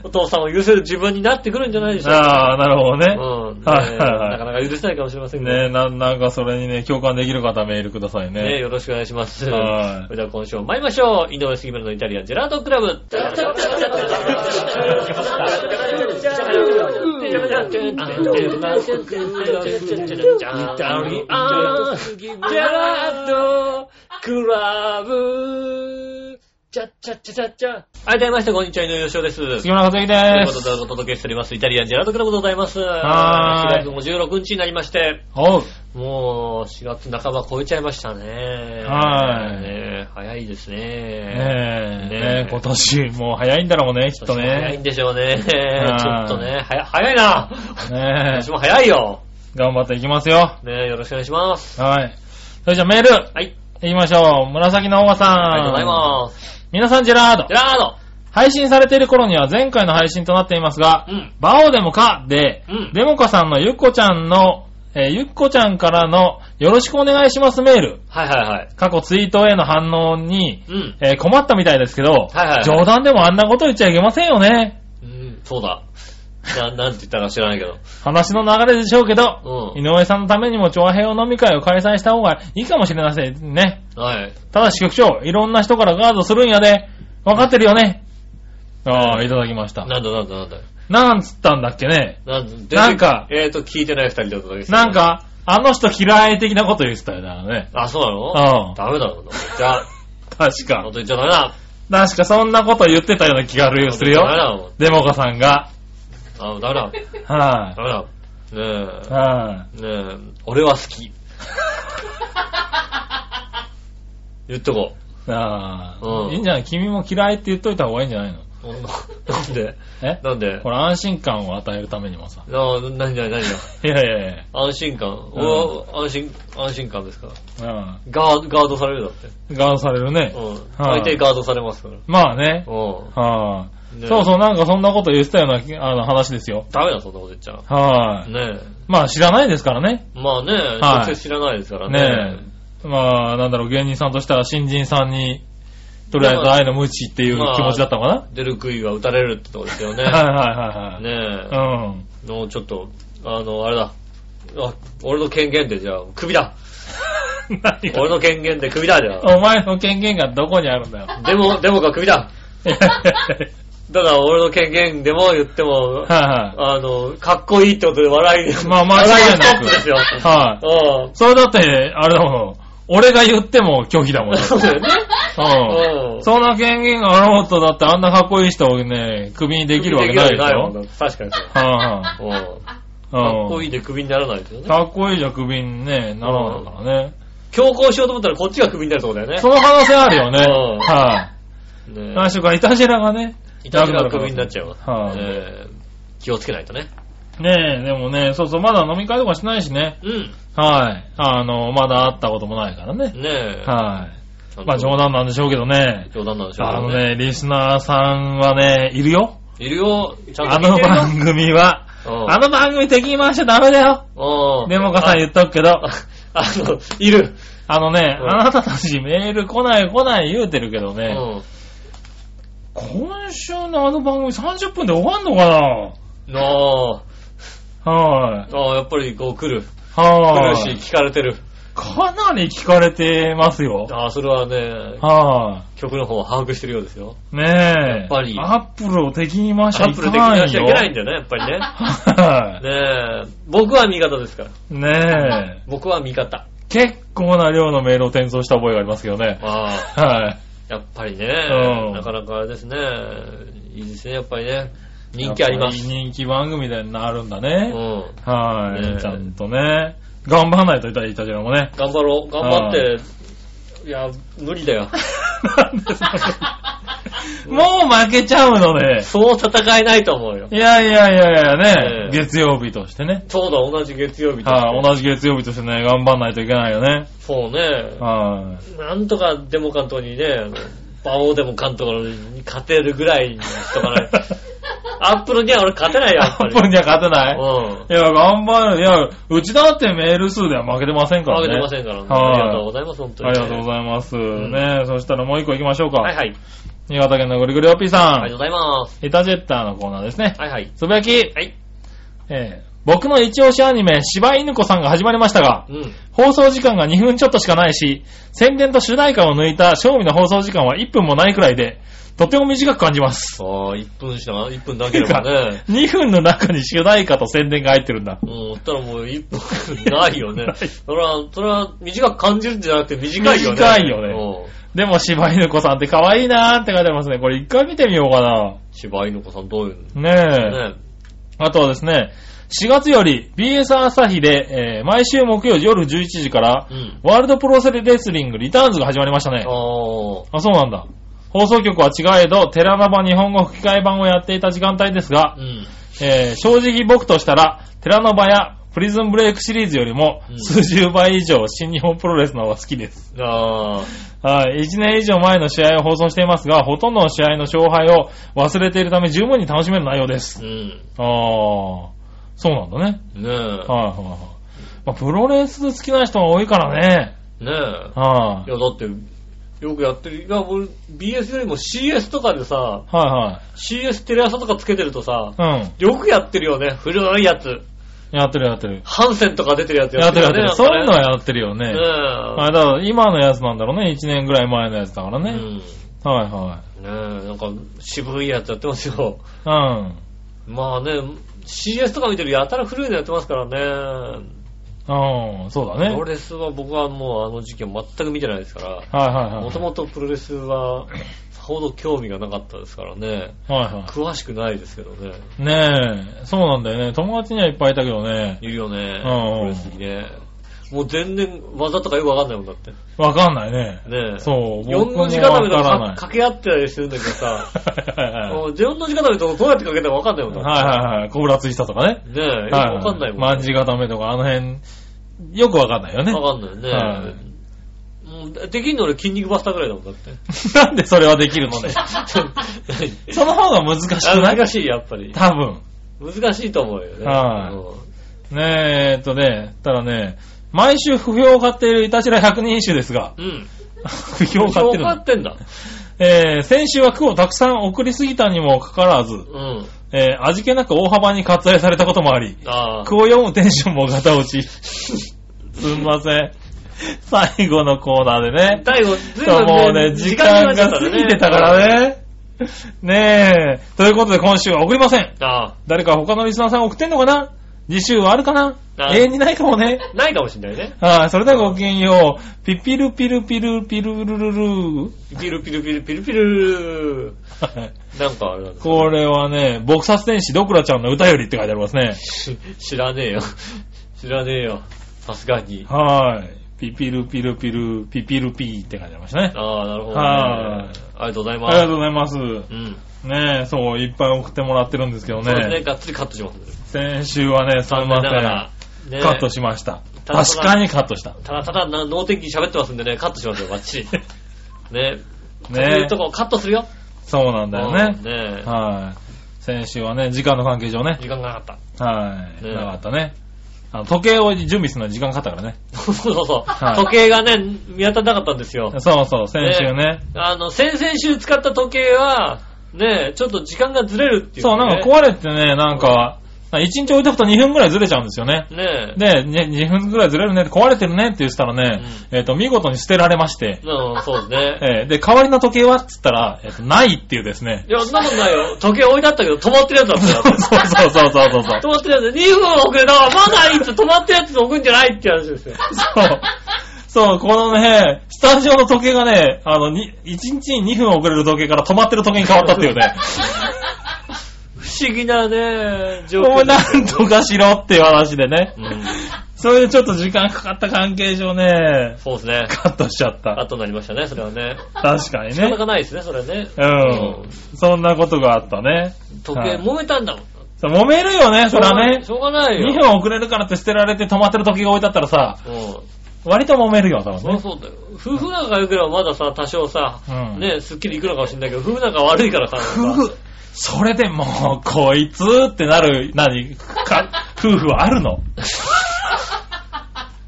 お父さんを許せる自分になってくるんじゃないでしょうか。
ああ、なるほどね。
うん、ね
はいはいはい
なかなか許せないかもしれませんが
ねえ、な、なんかそれにね、共感できる方メールください
ね
ね。
よろしくお願いします。
はい
それでは今週も参りましょう。井上杉村のイタリアンジェラートクラブ。はい、どうもみなさんこんにちは、井上洋翔です。
杉村和之で
という
す
こと。でお届けしております、イタリアンジェラートクラブでございます。
はーい
4月56日になりまして、
おう。
もう、4月半ば超えちゃいましたね。
はい
ねえ早いですね。
ねえ、
ね
ね
え
え、今年もう早いんだろうね、きっと
早い
ね。
んでしょうね。
い
ちょっとね、早早いな。
ね
私も早いよ。
え、頑張っていきますよ。
ねえよろしくお願いします。
はい。それじゃあメール、
はい、
いきましょう。紫のオーさん。
ありがとうございます。
皆さん、ジェラード
ジェ。ラード
配信されている頃には前回の配信となっていますが、
うん。
バオデモカで、
うん
デモカさんのゆっこちゃんの、えーゆっこちゃんからのよろしくお願いしますメール、
はいはいはい。
過去ツイートへの反応に、
うん。
えー困ったみたいですけど、
はいはいはい
冗談でもあんなこと言っちゃいけませんよね。
うん、そうだ。な、なんて言ったか知らないけど。
話の流れでしょうけど、
うん
井上さんのためにも長平を飲み会を開催した方がいいかもしれませんね。
はい。
ただし局長、いろんな人からガードするんやで、わかってるよね。ああ、いただきました。
なんだなんだなんだ。
なんつったんだっけね。
なんだ全然
なんか
えっと、聞いてない二人だっただけです
なん、か、あの人嫌い的なこと言ってたよね。
あ、そうなの
うん
ダメだろうな。じ ゃあ、
確か
本。当にじゃダメだ。
確かそんなこと言ってたような気がする
ダメ
よ。
だもん。
デモカさんが。
あ、ダメだ。
は
ダメだ。ね
い。は
え、ねえ、俺は好き。 言っとこ
い。あ
うん
あ。いいんじゃない君も嫌いって言っといた方がいいんじゃないの
う。なんで
え
なんで
これ安心感を与えるためにもさ。
な、なになになに
いやいやい
安心感、お安心、安心感ですから。
や。
ガーガードされるだって。
うん。ガードされるね
う。ん。
はい
大抵ガードされますから。
まあね。
う
は
ん。
い。そう
う。
そう、なんかそんなこと言ってたようなあの話ですよ。
ダメだ、そんなこと言っちゃ。
はい。
ね
まあ知らないですからね。
え。まあね、
はい
直接知らないですからね
ね。え。まあ、なんだろう、芸人さんとしたら新人さんに、とりあえず愛の無知っていう気持ちだったのかな、
出る杭は打たれるってとこですよね。
はいはいはいはい。
ねえ。
うん。
の、ちょっと、あの、あれだ。あ、俺の権限でじゃあ、首だ。
何
俺の権限で首だ、じゃあ。
お前の権限がどこにあるんだよ。
でも、でもか首だ。ただ、俺の権限でも言っても、
は
あの、かっこいいってことで笑い、
い。まあ、間
笑い
違
ス
いな
トッ
く。
プですよ。
はい。
う
それだって、あれだもん。俺が言っても拒否だも ん。
ん。そうだよね。
う
うん
ん。そんな権限があろうとだってあんなかっこいい人をね、首にできるわけないでし
できるわ
ょ
け。ないもん確かにそう。
は
うん
いはい。
かっこいい
い。
で首にならないですよね。
かっこいいじゃ首にね、ならないからね。
強行しようと思ったらこっちが首になるとこだよね
そ。の可能性あるよね。
うん
は
ね
い。何しろか、イタジェラがね。
いたずらが首になっちゃうわ。
はい
ねえ気をつけないとね。
ねえ、でもね、そうそう、まだ飲み会とかしないしね。
うん。
はい。あの、まだ会ったこともないからね。
ねえ。
はい。
ちゃんと
まあ冗談なんでしょうけどね。
冗談なんでしょうけ
あ
ど
のね、リスナーさんはね、いるよ。
いるよ。ちゃ
あ
んと聞
の
いてるよ。
番組は。
うん
あの番組敵に回しちゃダメだよ。
うん。
デモカさん言っとくけど
あ。あの、いる。
あのね、
うん
あなたたちメール来ない来ない言うてるけど
う
ね。
ん。
今週のあの番組30分で終わんのか
なあ
なはい。
ああ、やっぱりこう来る。来
は
る
い。
し、聞かれてる。
かなり聞かれてますよ。
ああ、それはね、
は
曲の方は把握してるようですよ。
い。ねえ。
やっぱり
アップルを敵に回しち
ア
ゃ
ッ
い
プ
け
ル的
な
に
いよ。
出しちゃいけないんだよね、やっぱりね。
は
ねえ、僕は味方ですから。
い。ねえ。
僕は味方。
結構な量のメールを転送した覚えがありますけどね。
ああ、
はい。
やっぱりね、
うん
なかなかあれですね、いいですね、やっぱりね。人気あります。
やっぱり人気番組になるんだ
う
ね。
ん。
はい、
ねえ
ちゃんとね。頑張らないといたいたじゃんもね。
頑張ろう。頑張って。いや、無理だよ。
なんでそんなもう負けちゃうのね。
そう戦えないと思うよ。
いやいやいやいやね
ええ、
月曜日としてね。
そうだ、同じ月曜日だ
はい、同じ月曜日としてね、頑張らないといけないよね。
そうね。
は
なんとかデモ関東にね、あの、馬王デモ関東に勝てるぐらいにしとか ない。アップルには俺勝てない
い。
よ、
ア
やっぱ
ッ
り。
プルには勝てない
うん。
いや、頑張る。いや、うちだってメール数では負けてませんから
負
ね。
けてませんからね。
は
あ
い
りがとうございます、本当に
あ
ね。
りがとうございます。ねそしたらもう一個行きましょうか。
はいはい。
新潟県のぐりぐりおっぴーさ。
ありがとうんございます。
イタジェッターのコーナーですね。
はいはい。
つぶやき、
はい。
えー僕の一押しアニメ、柴犬子さんが始まりましたが、
うん。
放送時間が2分ちょっとしかないし、宣伝と主題歌を抜いた賞味の放送時間は1分もないくらいで、とても短く感じます。
ああ、1分しかな、1分だければ ね。
2分の中に主題歌と宣伝が入ってるんだ。
うん、そしたらもう1分ないよ ね。それは、それは短く感じるんじゃなくて短いよね。
短いよね
うん。
でも柴犬子さんって可愛いなーって書いてますね。これ一回見てみようかな。
柴犬子さんどういう
ねえ。
のね。
あとはですね、4月より BS 朝日で、えー毎週木曜夜11時から
う、ん。
ワールドプロセレレスリングリターンズが始まりましたね
あ。あ。
あ、そうなんだ。放送局は違えど、テラナバ日本語吹き替え版をやっていた時間帯ですが
う、ん。
えー正直僕としたら、テラノバやプリズンブレイクシリーズよりも
うん
数十倍以上新日本プロレスの方が好きです。
ああ。
はい。1年以上前の試合を放送していますが、ほとんどの試合の勝敗を忘れているため十分に楽しめる内容です。
うん。
あー、そうなんだね。
ねえ。
はいはいはい。まあ、プロレス好きな人が多いからね。
ねえ。
はい
いや、だって、よくやってる。いや、俺、BS よりも CS とかでさ、
は
CS テレ朝とかつけてるとさ
い、はい。
よくやってるよね。古いやつ。
うん。やってるやってる。
ハンセンとか出てるやつ
やってるやってる。そういうのは
は
やってるよね。
ね
あだから今のやつなんだろうね。1年ぐらい前のやつだから
え。
ね。
うん。ね
はいは
え、なんか渋いやつやってますよ。
い。うん。
まあね、CS とか見てるやたら古いのやってますからね。
うん、そうだね。
プロレスは僕はもうあの時期は全く見てないですから。
はいはいはい。
もともとプロレスは、さほど興味がなかったですからね。
はいは
詳しくないですけどね。
い。ねえ、そうなんだよね。友達にはいっぱいいたけどね。
いるよね。
うん
プロレスにね。もう全然技とかよくわかんないもんだって。
わかんないね。
ねえ。
そう、
四
僕も
の
わ
字固めと
か
からか
ない。
掛け合ってたりしてるんだけどさ。
はいはい は
もう四の字固めとかどうやってかけたかわかんないもん
い。
だ
はい
って。
はいはい。コブラツイスタとかね。
ねえ、よくわかんないもん。
まんじ固めとか、あの辺、よくわかんないよね。
わかんない
は
よね。もうできんの俺筋肉バスターぐらいだもんだって。
なんでそれはできるのね。その方が難しくない
難しい、やっぱり。
多分。
難しいと思うよね。
はい
うん
ねえ、えっとね、ただね、毎週不評を買っているいたしら百人一首ですが、
うん。
不評を買って
勝
るの。
ってんだ。
えー、先週は句をたくさん送りすぎたにもかかわらず、
うん。
えー、味気なく大幅に割愛されたこともあり、
ああ。
句を読むテンションもガタ落ち。 すんません。最後のコーナーでね。
最後、ずい
そう、も
ぶ
うんね、時間が
過
過ぎてたから。ね。ねえ。ということで今週は送りません。
ああ。
誰か他のリスナーさん送ってんのかな次週はあるかな
あ
永遠にないかもね。
ないかもしんないね。
はい、それではごきげんよう。ピピルピルピルピルルルル
ピルピルピルピルピル。
はい
なんかあれなんだ。
これはね、撲殺天使ドクラちゃんの歌よりって書いてありますね。
し知らねえよ。知らねえよ。さすがに。
はい。ピピルピルピル、ピピルピーって書いてありましたね。
ああ、なるほど、ね。
はい
ありがとうございま
あ
す。
りがとうございます。
うん。
ねえ、そう、いっぱい送ってもらってるんですけど
そうですね、
ね。
がっつりカットしますね。
先週はね、すいませ
だから
ん。、
ね、
カットしました。
ただ
確かにカットした。
ただただな脳天気に喋ってますんでね、カットしますよ、バッチ リ。ね。そうい
ね
うとこカットするよ。
そうなんだよね
うん。ね
はい。先週はね、時間の関係上ね。
時間がなかっ
はい。
ね
なかったね。あの、時計を準備するのに時間かかったからね。
た。 そうそうそう。
はい
時計がね、見当たらなかったんですよ。
そうそう、先週ね。
あの、先々週使った時計は、ね、ちょっと時間がずれるっていう、ね。
そう、なんか壊れてね、なんか、1日置いとくと2分ぐらいずれちゃうんですよね。
ね
で、ね、2分ぐらいずれるね、壊れてるねって言ってたらね、えっと、見事に捨てられまして、
うん、そう ですね。
えーで、代わりの時計はって言ったら、えっと、ないっていうで すね。
いや、そんなことないよ。時計置いてあったけど、止まってるやつだったよ
そうそうそうそうそうそう
止。まってるやつ、2分遅れたからまだいいって止まってるやつで置くんじゃないって話ですよ。
そう。そう、このね、スタジオの時計がね、あの、に1日に2分遅れる時計から止まってる時計に変わったっていうね。
不思議なね、 状
もう
況
な
で
んとかしろっていう話でね
う。ん。
それでちょっと時間かかった関係上ね、
そうですね。
カットしちゃった。
後になりましたね、それはね。
確かに
仕方
ね。
がないですね、それはね。
うん。そんなことがあったね。
時
は
計
い
揉めたんだもん。
そう揉めるよね、それはね
し。ょうがないよ。
2分遅れるからって捨てられて止まってる時計が置いてあったらさ、
うん。
割と揉めるよ、多
そり
分
ゃ
ね。
そうだよ。夫婦仲が良ければまださ、多少さ、
うん
ね、すっきりいくのかもしれないけど、夫婦仲悪いからさ、
夫婦、それでもう、こいつってなる、何か、夫婦はあるの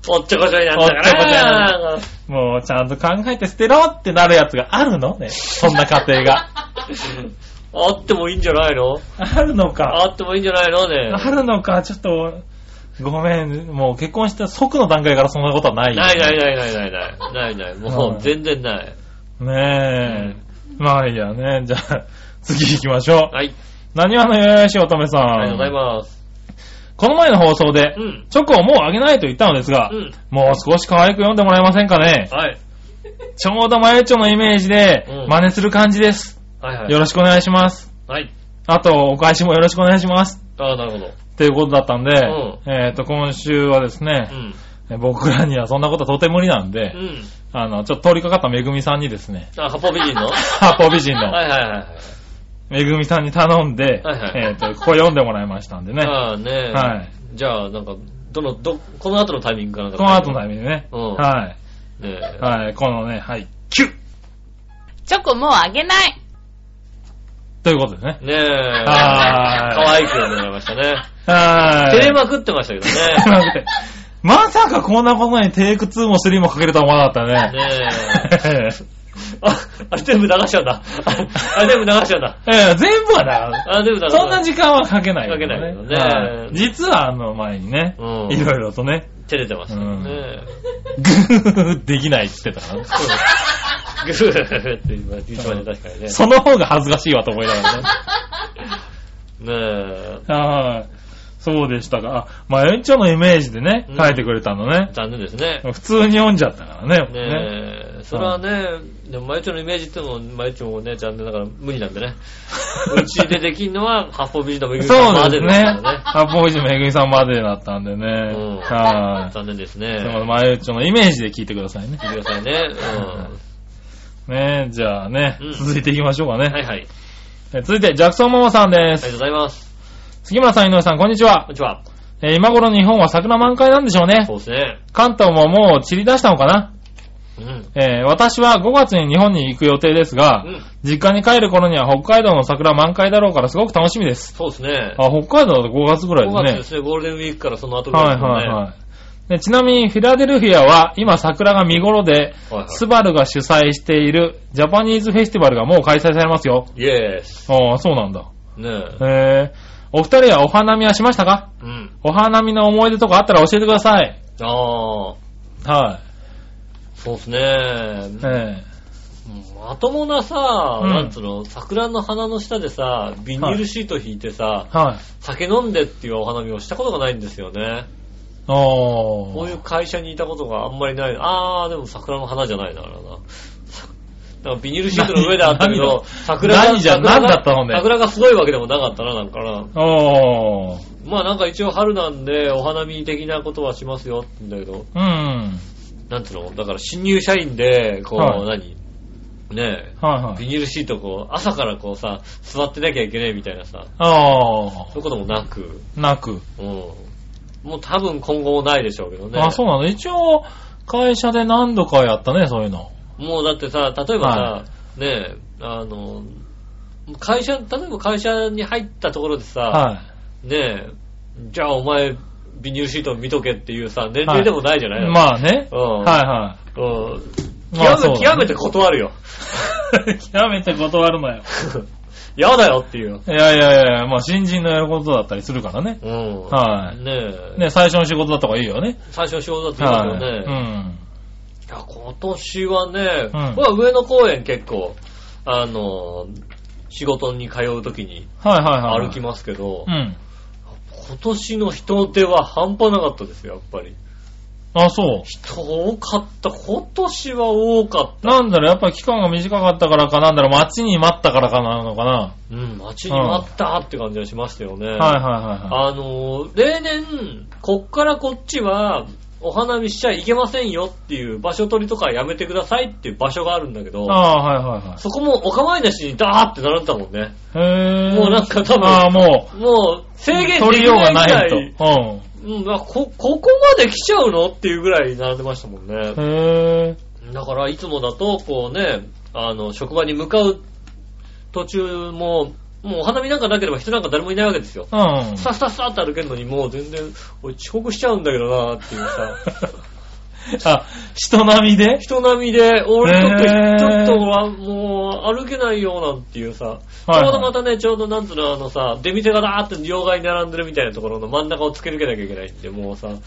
おっちょこちょいなんだか
おっちょこちょい
ら。
もうちゃんと考えて捨てろってなるやつがあるのね。そんな家庭が。
あってもいいんじゃないの
あるのか。
あってもいいんじゃないのね。
あるのか、ちょっと、ごめん、もう結婚した即の段階からそんなことはないよ。
ないないないないないない。ないない。も
う
う
ん
全然ない。
ねえ。まあいいやね。じゃあ、次行きましょう。
はい。
何話のよよよしおとめさん。
ありがとうございます。
この前の放送で
う、ん。
チョコをもうあげないと言ったのですが、
うん。
もう少し可愛く読んでもらえませんかね。
はい。
ちょうどマユッチョのイメージで
う、ん
真似する感じです。
はいは
よ
い。
ろしくお願いします。
はい。
あと、お返しもよろしくお願いします。
ああ、なるほど。
っていうことだったんで、
う
えっ、と、今週はです
う
ね、
ん。
僕らにはそんなことはとても無理なんで、
うん。
あの、ちょっと通りかかっためぐみさんにで すね、
あ、八方美人 のは
八方美人
い
の
はいはいはい。
めぐみさんに頼んで、
はいはい
えっ、と、ここ読んでもらいましたんでね、
ああねえ。
はい
じゃあ、なんか、どの、ど、この後のタイミングかなんか。
この後のタイ
ミ
ミングでね、
うん
は
ング。ねえ
い、はい、このね、はい、キュッ
チョコもうあげない。
ということですね。
ねえ。
はーい
可愛く読んでもらいましたね。
はーい。
照れ まくってましたけど
照
ね。
れ まくってまさかこんなことにテイク2も3もかけるとは思わなかったね。
ねえ。あ、あれ全部流しちゃうんだ。あれあれ全部流しちゃうんだ。
えー全部は だ、
あれ全部流しちゃ
そ
うんん
な
だ。
時間はかけないよ、
かけないよね
はい実はあの前にね、
うん
いろいろとね、
照れてましたよね。
グーできないって言ってたからね
グーって言いましたね、確かにね。
その方が恥ずかしいわと思いながらね。
ね
はい。そうでしたか。あ、まあ、園長のイメージでね
う、ん
書いてくれたのね
え。。残念ですね。
普通に読んじゃったからね。
ね
ね
え、それはね、でも、まゆちょのイメージってのも、まゆちょもね、残念ながら無理なんでね。 うちでできんのは、八方美人のめぐみさん
そ
ま
うで
ですで
ね
すから。ね。
八方一めぐみさんまでだったんで
う
ね。
ん
はい。
残念です
その
ね。
まゆちょのイメージで聞いてくださいね。
見てくださいね。う
ねじゃあね
うん、
続いていきましょうかね。
ん。はいはい。あり
え続いて、ジャクソンママさんで
がとう
す。
ございます。
杉村さん、井上さん、こんにちは
こん。にちは。
えー今頃日本は桜満開なんでしょうね
そ。うですね。
関東ももう散り出したのかな。
うん。
えー私は5月に日本に行く予定ですが、
うん。
実家に帰る頃には北海道の桜満開だろうからすごく楽しみです。
そうですね。
あ、北海道だと5月ぐら
5
い
月
で
ですすね、ゴールデンウィークからその後
ね。
ぐら
はいい
ですもん
は
ね。
いはい。でちなみにフィラデルフィアは今桜が見頃で、
はいはい
スバルが主催しているジャパニーズフェスティバルがもう開催されますよ。
イエース。
ああ、そうなんだ。
ねえ。
へえ。お二人はお花見はしましたか
うん。
お花見の思い出とかあったら教えてください。
ああ、
は
そうです
い。
ね。
え
まともなさ、
うん
なんつうの、桜の花の下でさ、ビニールシート引いてさ
え、はい。
酒飲んでっていうお花見をしたことがないんですよね。
おー。
こういう会社にいたことがあんまりない。あー、でも桜の花じゃないな、あれはな。さなんかビニールシートの上であったけ
何何
ど、
だ
桜が、
何じゃ
桜が
何だったのね
桜がすごいわけでもなかったな、なんかな。
おー。
まあなんか一応春なんで、お花見的なことはしますよって言うんだけど、
うん。
なんつうの、だから新入社員で、こう、
は
何ね
はい
え、
は
ビ
い。
ニールシートこう、朝からこうさ、座ってなきゃいけねえみたいなさ、
あー
そういうこともなく、
なく。
うん。もう多分今後もないでしょうけどね。
あ、そうなんだ。一応、会社で何度かやったね、そういうの。
もうだってさ、例えばさ、
は
ねえ、あの、会社、例えば会社に入ったところでさ、
は
ねえ、じゃあお前、ビニールシート見とけっていうさ、年齢でもないじゃ
い
ない、。
まあね。
うん
は
うん
いはい。まあ
極め極めて
て、
断るよ。
極めて断るなよ。
やだよっていう。
いやいやいや、まあ新人のやることだったりするからね。
うん。
はい
ねえ。
ね、最初の仕事だった方がいいよね。
最初の仕事だった
は
んですよね。
い。う
い
ん。
や、今年はね、
うん
僕は上野公園結構、あの、仕事に通うときに
はいはいはい。
歩きますけど、
うん。
今年の人手は半端なかったですよ、やっぱり。
あ、そう。
人多かった。今年は多かっ
なんだろう、やっぱ期間が短かったからかなんだろう、待ちに待ったからかなのかな。
た。うん、待ちに待ったって感じがしましたよね。
はいはいはいはい。
あのー、例年、こっからこっちは、お花見しちゃいけませんよっていう場所取りとかやめてくださいっていう場所があるんだけど、
ああ、はいはいはい。
そこもお構いなしにダーって並んでたもんね。
へえ。
もうなんか多分
ああ、も
もう制限できな
う、
い
取りようがないと。
ぐらいうん、あこ、ここまで来ちゃうのっていうぐらい並んでましたもんね
うん。。へえ。
だからいつもだと、こうね、あの、職場に向かう途中も、もうお花見なんかなければ人なんか誰もいないわけですよ。
うん
ス。タスタスタって歩けるのにもう全然、俺遅刻しちゃうんだけどなっていうさ、
あ、人並みで
人並みで、俺ちょっと、
へー
ちょっとはもう歩けないよなんていうさ、
はいはい
ちょうどまたね、ちょうどなんつうのあのさ、出店がだーって両替に並んでるみたいなところの真ん中を突き抜けなきゃいけないって、もうさ、
はい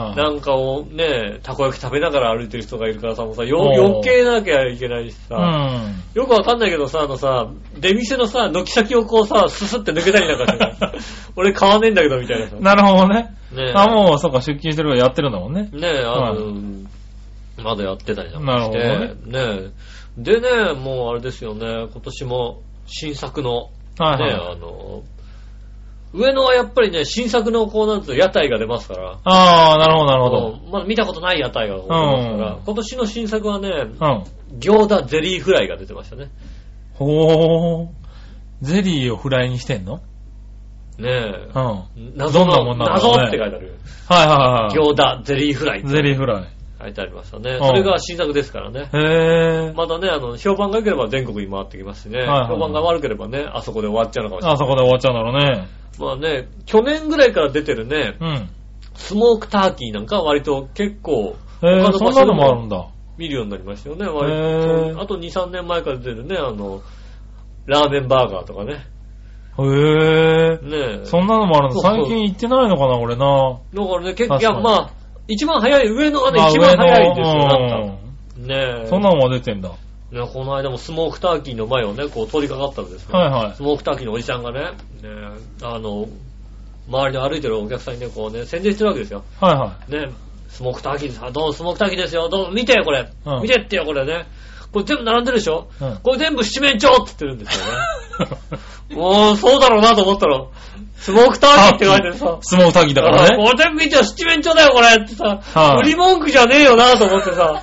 はい。
なんかをね、たこ焼き食べながら歩いてる人がいるからさ、もうさ、よ
おー
余計なきゃいけないし
う
さ、
ん。
よくわかんないけどさ、あのさ、出店のさ、軒先をこうさ、ススって抜けたりなんかして さ俺買わねえんだけどみたいなさ。ね
なるほどね。
え
あ、もう、そうか、出勤してるからやってるんだもんね。
ねえ、あの、
は
まだやってたりなんかして、
なる
ねえ。でね、もうあれですよね、今年も新作の、ね
はい
え、
は
あ
い。
の、上野はやっぱりね、新作のこうなんつうの屋台が出ますから、
ああ、なるほど、なるほど。
うんまだ見たことない屋台が出ますから、
うん
今年の新作はね、
うん。
餃子ゼリーフライが出てましたね。
ほー。ゼリーをフライにしてんの
ねえ
うん。。はい
謎
どんな
の、
もんなんだ
謎
ろうね
って書いてある。
はいはいは
餃子ゼリーフライっ
い。
て
ゼリーフライ。
書いてありましたね。
ん
それが新作ですからね。
へー。
まだね、あの、評判が良ければ全国に回ってきますしね。
いはいはい
評判が悪ければね、あそこで終わっちゃうのかもしれな
あそこで終わっちゃうんだろうね。
い。まあね、去年ぐらいから出てるね、
うん。
スモークターキーなんかは割と結構、
へ
他
ー、
の
そ
場
んな
所で
のもあ
も
るんだ。
見るようになりましたよね。
へ
割
ー
とあと2、3年前から出てるね、あの、ラーメンバーガーとかね。
へー。
ねえ
そんなのもあるんだ。
そうそ
最
う
近行ってないのかな、俺な。
だからね、結構、い
確か
や、
に
まあ、一番早い、上のがね、
まあ
一番早いんですよ、
上の
なんか。ねえ。
うんそんなのも出てんだ。
ね、この間もスモークターキーの前をね、こう通りかかったんですけど、
はいはい
スモークターキーのおじさんがね、ねあの、周りで歩いてるお客さんにね、こうね、宣伝してるわけですよ。
はいは
ね、スモークターキーです。あ、どうもスモークターキーですよ。どうも見てよ、これ。
うん
見てってよ、これね。これ全部並んでるでしょ、
うん
これ全部七面鳥って言ってるんですよね。もう、そうだろうなと思ったら、スモークターキーって書いてさ
い。。相撲詐欺だからね。
俺全部見てよ、七面鳥だよ、これってさ、
はい
売り文句じゃねえよなと思ってさ、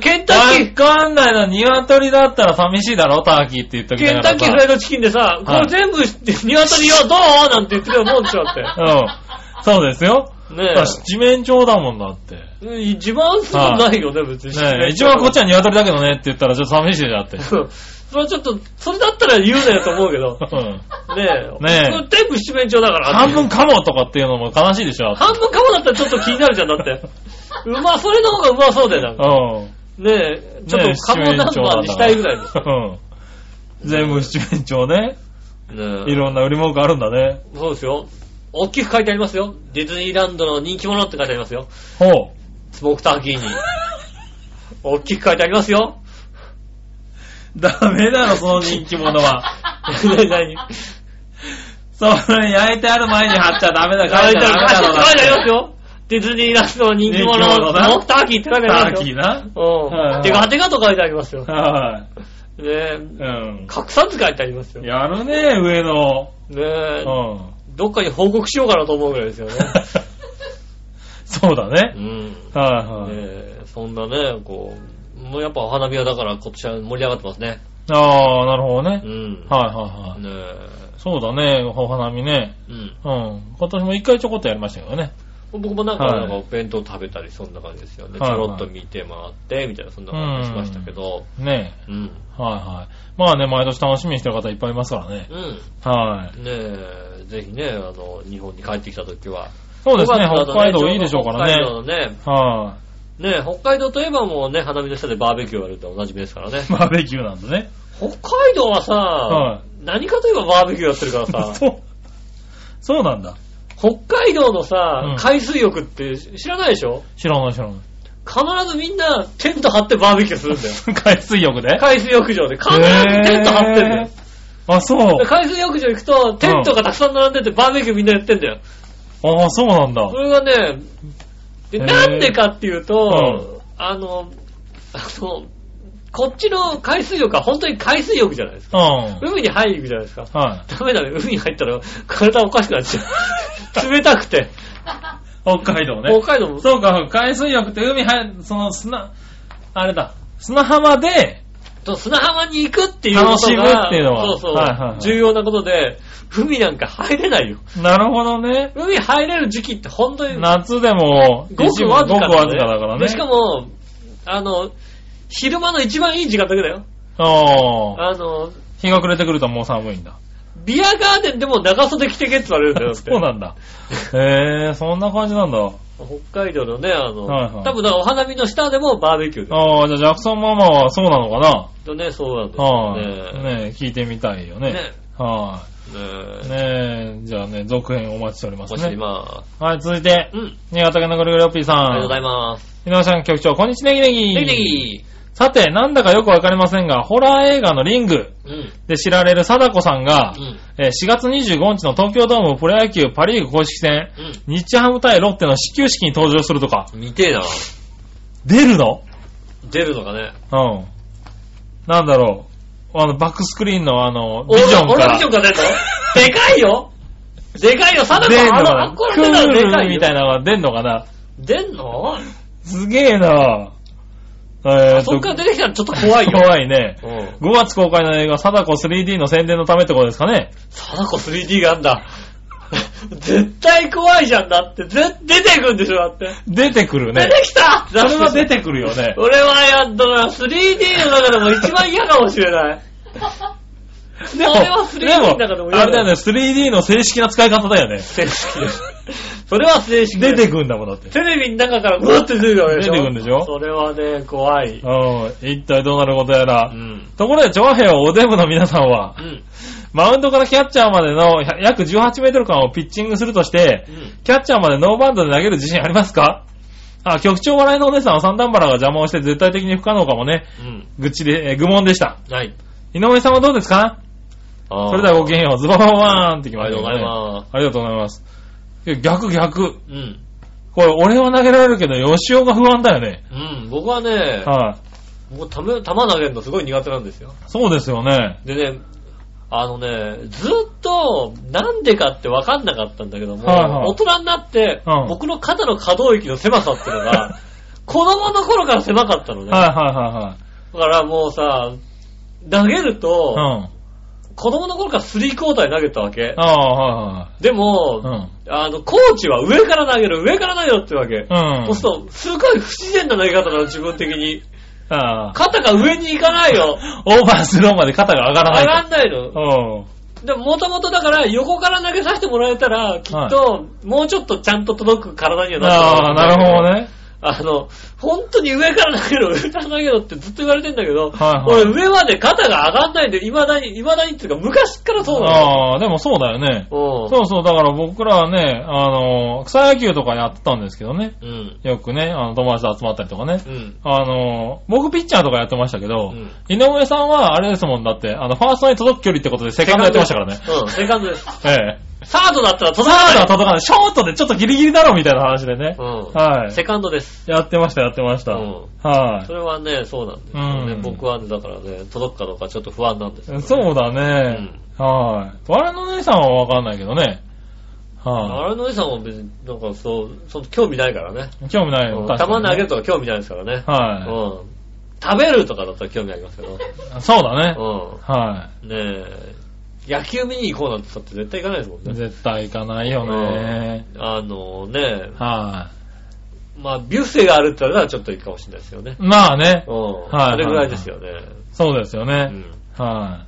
ケンタッキー
わ、かんないな、鶏だったら寂しいだろ、ターキーって言っとき
ケ
な
ン
が
タ
ら
ッ
さ。
キーフライドチキンでさ、これ全部、鶏よ、どうなんて言ってるようなもんでしょだっ
うん。そうですよ。
て。ね
だから七面鳥だもんだって。
え。一番すぐないよね、別に。
ねえ、一番こっち
は。
は鶏だけどねって言ったらちょっと寂しいじ ゃんって。
そうそれはちょっと、それだったら言うなよと思うけど。
うん。
ねえ。
ねえ
これ全部七面鳥だから。
半分かもとかっていうのも悲しいでしょ。だって
半分かもだったらちょっと気になるじゃん、だ って。うま、それの方がうまそうだよ、なんか。
うん。
ねえ、ちょっとカモナンバーにしたいぐらいです。
うん。全部七面鳥ね。
ねえ
いろんな売り文句あるんだね。
そうですよ。大きく書いてありますよ。ディズニーランドの人気者って書いてありますよ。
ほう。
スモークターキーに。大きく書いてありますよ。
ダメだろ、その人気者は。
何何
それ焼いてある前に貼っちゃダメだ、
書
書
い
い
て
て
あ
あ
る
る。
書いてありますよ。ディズニーランドの人気者、
人
ス
気者だ
モークターキーって書いてあ
タ
りま
ー
す
キ
よ。
ーな。はい
うん。
はい
てかてかと書いてありますよ。ね
は
え、
い。うん。
隠さず書いてありますよ。ね
やるね、上の。う
え、
ん。
どっかに報告しようかなと思うぐらいですよね。
そうだ
うん。
ね。はい
ね
はい。
え、そんなね、こう、もうやっぱお花火はだから今年は盛り上がってますね。
ああ、なるほど
う
ね。
ん。
はいはいはい。
ね
そうだね、お花見ね。
え、うん。
うん。今年も一回ちょこっとやりましたけどね。
僕もなんか、
はい
なんかお弁当食べたり、そんな感じですよね。ち
はい
ょ
はい
ろっと見て回って、みたいな、そんな感じしましたけど。
ね
うん。
え。はいはい。まあね、毎年楽しみにしてる方いっぱいいますからね。
うん。
はい。
ねえ、ぜひね、あの、日本に帰ってきたときは。
そうですね、
五月だと
北海道いいでしょうから
ちょうど北海道の
ね。
ね、
は
ねえ、北海道といえばもうね、花火の下でバーベキューやるっておなじみですからね
い。。バーベキューなんだね。
北海道はさ、
は
何かといえばバーベキューやってるからさ、
そう。そうなんだ。
北海道のさ、
うん
海水浴って知らないでしょ
知らない知らない。
必ずみんなテント張ってバーベキューするんだよ。
海水浴 で
海水浴場で必ずテント張ってんだよ
へー。あ、そう
で。海水浴場行くと、テントがたくさん並んでて、バーベキューみんなやってんだよ。
ああ、そうなんだ。
それがね、で、
へー
なんでかっていうと、あの、あの、こっちの海水浴は本当に海水浴じゃないですか。
うん。はい。
海に入りに行くじゃないですか。ダメだね、海に入ったら体おかしくなっちゃ う。冷たくて。
北海道ね
北。海道も、
そうか、海水浴って海入る、その砂、あれだ、砂 浜で、
と砂浜に行くっていうことが
楽しむっていうのは
そうそう、
はいはいはい
重要なことで、海なんか入れないよ。
なるほどね。
海入れる時期って本当に
夏でも、
ごくわず
ご
か
く
だ,、
わずかだからね。
でしかも、あの、昼間の一番いい時間だけだよ。
ああ。
あの、
日が暮れてくるともう寒いんだ。
ビアガーデンでも長袖着てけって言われるんだよ。だっ
そ
て
うなんだ。へえ、そんな感じなんだ。
北海道のね、あの、
はいはい
多分だからお花見の下でもバーベキューだよ
ああ、じゃあジャクソンママはそうなのかな
とね、そうなんですよ
はい。
ね。
ねえ、聞いてみたいよね。
ね
は
ね
い。
ね
ねえ、じゃあね、続編お待ちしておりま
お
す
越し
ね。
ま
はい、続いて
す。、うん。
新潟県のぐるぐるおっぴーさん。
ありがとうございます。
井上さん局長、こんにちはネギネギ。
ネギネギ。
さて、なんだかよくわかりませんが、ホラー映画のリング
うん。
で知られる貞子さんが
う、ん。
えー4月25日の東京ドームプロ野球パリーグ公式戦、
う
日ハム対ロッテの始球式に登場するとか、
ん。見てえな。
出るの
出るのかね。
うん。なんだろう。あの、バックスクリーンのあの、ビ
俺
ジョン
俺
か
の
ら
ビジョ。ンから出るのでかいよでかいよ、サダコ
出んの
あ
か
の、あ
な
っこ
ク
れ出たらでか
ー
い
ル
よ
みたいなのが出んのかな
出んの
すげえなえー
あ
っと
そっから出てきたらちょっと怖いよ。
怖いね。
うん。
5月公開の映画、貞子 3D の宣伝のためってことですかね
サダコ 3D があんだ。 絶対怖いじゃんだって。ぜ出てくんでしょ、だって。
出てくる
出
ね。
てきた
それは出てくるよね。
俺はやったな、3D の中でも一番嫌かもしれない。
でも
それは 3D の中でも
でもあれだよね、3D の正式な使い方だよね。
正式です。 それは正式
出て
く
くんだもんだって。
テレビの中からグーって出てくるわけでしょ
出てくるんでしょ
それはね、怖い。
うん、一体どうなることや
う
ら。
ん。
ところで、長平おデブの皆さんは
う、ん。
マウンドからキャッチャーまでの100約18メートル間をピッチングするとして
う、ん。
キャッチャーまでノーバウンドで投げる自信ありますかあ、局長笑いのお姉さんは三段腹が邪魔をして絶対的に不可能かもね。
うん。
愚痴で、えー愚問でした。
はい。
井上さんはどうですか
あー
それではごきげんよう。ズボンワーンってきま
あ
し
り
た
がとうござ
けど
い
ね。
ます。
ありがとうございます。いや逆逆。
うん。
これ、俺は投げられるけど、吉尾が不安だよね。
うん。僕はね、
はい、
もうため、球投げるのすごい苦手なんですよ。
そうですよね。
でね、あのね、ずっと、なんでかって分かんなかったんだけども、
はいはい
大人になって、
うん
僕の肩の可動域の狭さっていうの が、子供の頃から狭かったのね。
はいは
だからもうさ、投げる
いはい
と、
はい。うん。
子供の頃からスリー交代投げたわけ。
ああ、
でも、
はいはい。
あの、コーチは上から投げる、上から投げろってわけ。
うん。うん。
そうすると、すごい不自然な投げ方なの、自分的に。
ああ
肩が上に行かない よ。
オーバースローまで肩が上が
上
ら
が
ない
んないの。
と。
でも、もともとだから、横から投げさせてもらえたら、きっと、もうちょっとちゃんと届く体には
うん。
なって
ああ、なるほど。ね。
あの、本当に上から投げろ、上から投げろってずっと言われてんだけど、
はいはい
俺上まで肩が上がんないんで、未だに、未だにっていうか、昔からそうなの。
ああ、でもそうだよね。
うん
そうそう、だから僕らはね、あの、草野球とかやってたんですけどね。
うん。
よくね、あの、友達と集まったりとかね
う。ん。
あの、僕ピッチャーとかやってましたけど、
うん
井上さんはあれですもんだって、あの、ファーストに届く距離ってことでセカンドやってましたからね。
うん、セカンドです。
ええ。
サードだったら
サ
届か
ード
な。
はい届かない。ショートでちょっとギリギリだろみたいな話でね。
うん。
は
セ
い。
カンドです。
やってました、やってました。
うん
は
それはね、そうなんですよね。
うん
僕はね、だからね、届くかどうかちょっと不安なんですけど
い。
ね、
そうだね。はい。我の姉さんはわかんないけどね。
あ
は
れのおじさんは別に、なんかそう、その興味ないからね。
い。興味ないよ。
球
確か
投
に
げるとか興味ないですからね。
は
うん。食べるとかだったら興味ありますけど。
い。そうだね。
う
は
ん。ねえ、野球見に行こうなんて言ったって絶対行かないですもん
い。
ね。
絶対行かないよね。
あのね、
は
まあ、ビュッフェがあるって言ったらちょっと行くかもしれないですよね。
い。まあね
う。ん。
はい
それぐらいですよね。
そうですよ
う
ね。
ん。
は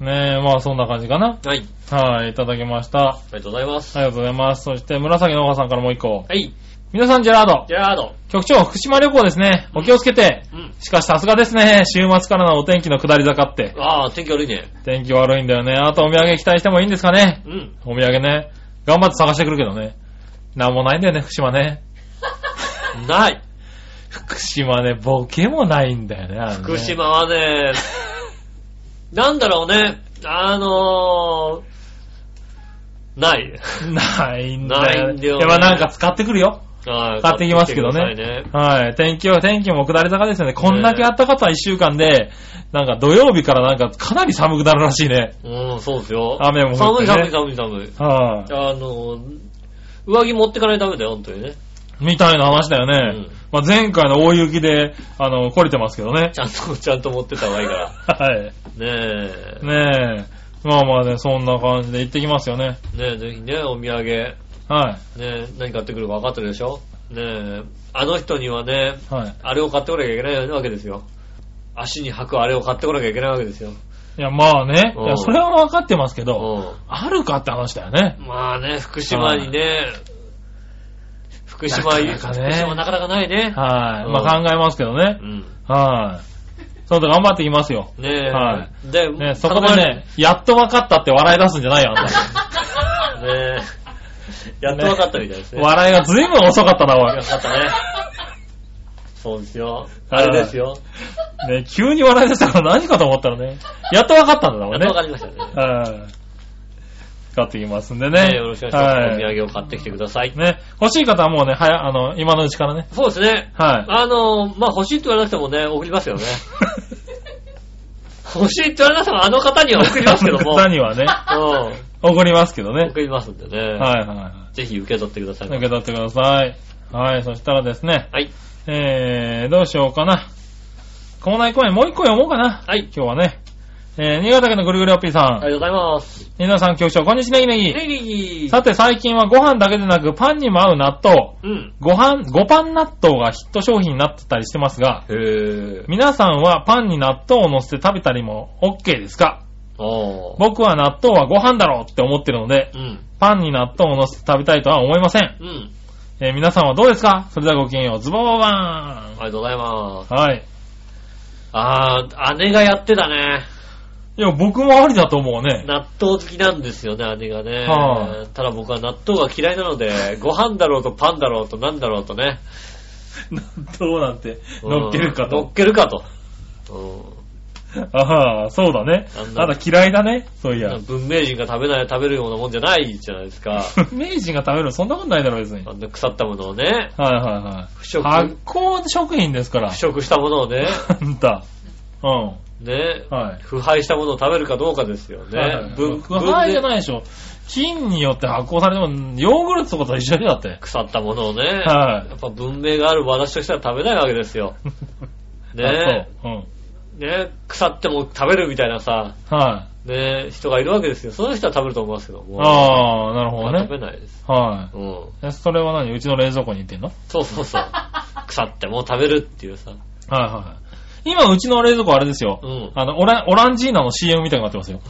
い。ねえ、まあそんな感じかな。
はい。あり
はい、いただきました。
がとうございます。
ありがとうございます。そして、紫のおさんからもう一個。
はい。
皆さん、ジェラード。
ジェラード。
局長、福島旅行ですね。お気をつけて。
うん。
しかし、さすがですね。週末からのお天気の下り坂って。
ああ、天気悪いね。
天気悪いんだよね。あと、お土産期待してもいいんですかね。
うん。
お土産ね。頑張って探してくるけどね。なんもないんだよね、福島ね。
ない。
福島ね、ボケもないんだよね。あのね
福。島はね、なんだろうね、あのー、ない。
ないんだよ。
ないんだよね
やっぱなんか使ってくるよ。
あー
買ってきますけどね
買ってきてくださいね
はい。天気は、天気も下り坂ですよね。こんだけ暖かさ一週間で、なんか土曜日からなんかかなり寒くなるらしいね。
うん、そうですよ。
雨も降
寒
って
い
ね
寒い寒い寒い。
はい、
あの、上着持ってかないとダメだよ、本当にね。
みたいな話だよね。
うん
まあ、前回の大雪で、あの、懲りてますけど ね。
ちゃんと、ちゃんと持ってた方がいいか
はい。
ら。ねえ。
ねえ。まあまあね、そんな感じで行ってきますよね。
ねえ、ぜひね、お土産、ね
は
え、何買ってくるか分かってるでしょねえ、あの人にはね、
い。はい。
あれを買ってこなきゃいけないわけですよ。足に履くあれを買ってこなきゃいけないわけですよ。
いや、まあね。
うん
いや、それは分かってますけど、
う
あるかって話だよね。
ん。まあね、福島にね、福島、
なかなかね
福島なかなかないね。
はい。ま
う
あ考えますけどね
う。ん。
はい。そうだ、頑張っていきますよ。
ねえ、
は
で、
ね、そこでね、やっと分かったって笑い出すんじゃないよ、あんた。
頼まれ、ね え、やっと分かったみたいですね。
笑いが随分遅かったな、お い
よ。かったね。そうですよ。あれですよ。
ね、急に笑い出したから何かと思ったらね、やっと分かったんだも
や
ん
っと
ね
分。かりましたね。
はい。使ってきますんで
ね
ね。
よろしくお願いします。お
は
土産を買ってきてください。
い。ね、欲しい方はもうね、はや、あの、今のうちからね。
そうですね。
は
あの、まあ、欲しいって言われなくてもね、送りますよね。欲しいって言われなくても、あの方には送
い。
りますけ ども。
何はね、
う
送りますけど
ん。
ね。
送りますんでね。
はいはいはい。
ぜひ受け取ってください。
受け取ってください。はい、そしたらですね、
はい。
えー、どうしようかな。校内公演もう一個読もうかな。
はい
今日はね。えー、新潟県のぐるぐるおっぴーさん。
ありがとうございます。
皆さん局長、こんにちは、ネギネギ。
ネギ
さて、最近はご飯だけでなく、パンにも合う納豆、
うん。
ご飯、ごパン納豆がヒット商品になってたりしてますが、
へぇー。
皆さんはパンに納豆を乗せて食べたりも OK ですか
ああ。
僕は納豆はご飯だろうって思ってるので、
うん。
パンに納豆を乗せて食べたいとは思いません。
うん。
えー皆さんはどうですかそれではごきげんよう、ズボーバ
ありがとうございます
ー。ンはい。
ああ、姉がやってたね。
いや、僕もありだと思うね。
納豆好きなんですよね、姉がね。
は
ただ僕は納豆が嫌いなので、 ご飯だろうとパンだろうとなんだろうとね。
納豆なん て乗っけるか
うん乗
と
っ。けるかと。うん
ああ、そうだね
あん。な
あんた嫌いだね。そうい や。
文明人が食べない、食べるようなもんじゃないじゃないです か。
明治が食べるそんなことないだろ、別に。
あんな腐ったものをね、
はいはいはい。
腐食、
発酵食品ですから
腐。食したものを ね、
あんた。うん。
ね、
はい。
腐敗したものを食べるかどうかですよね。
分
文
腐敗じゃ
い。
ないでしょ。菌によって発酵されても、ヨーグルトとかと一緒にだって。
腐ったものをね、
はい
やっぱ文明がある私としては食べないわけです よ。ね
あそう。うん。
ね、腐っても食べるみたいなさ、
はい。
ね、人がいるわけですよ。その人は食べると思いますけども。
ああ、なるほど
食べ
ね。
ないです。
は
うん。
い。えそれは何うちの冷蔵庫に言ってんの
そうそう そう。腐っても食べるっていうさ。
はいはい。今、うちの冷蔵庫あれですよ。
うん
あの、オラン、オランジーナの CM みたいになってますよ。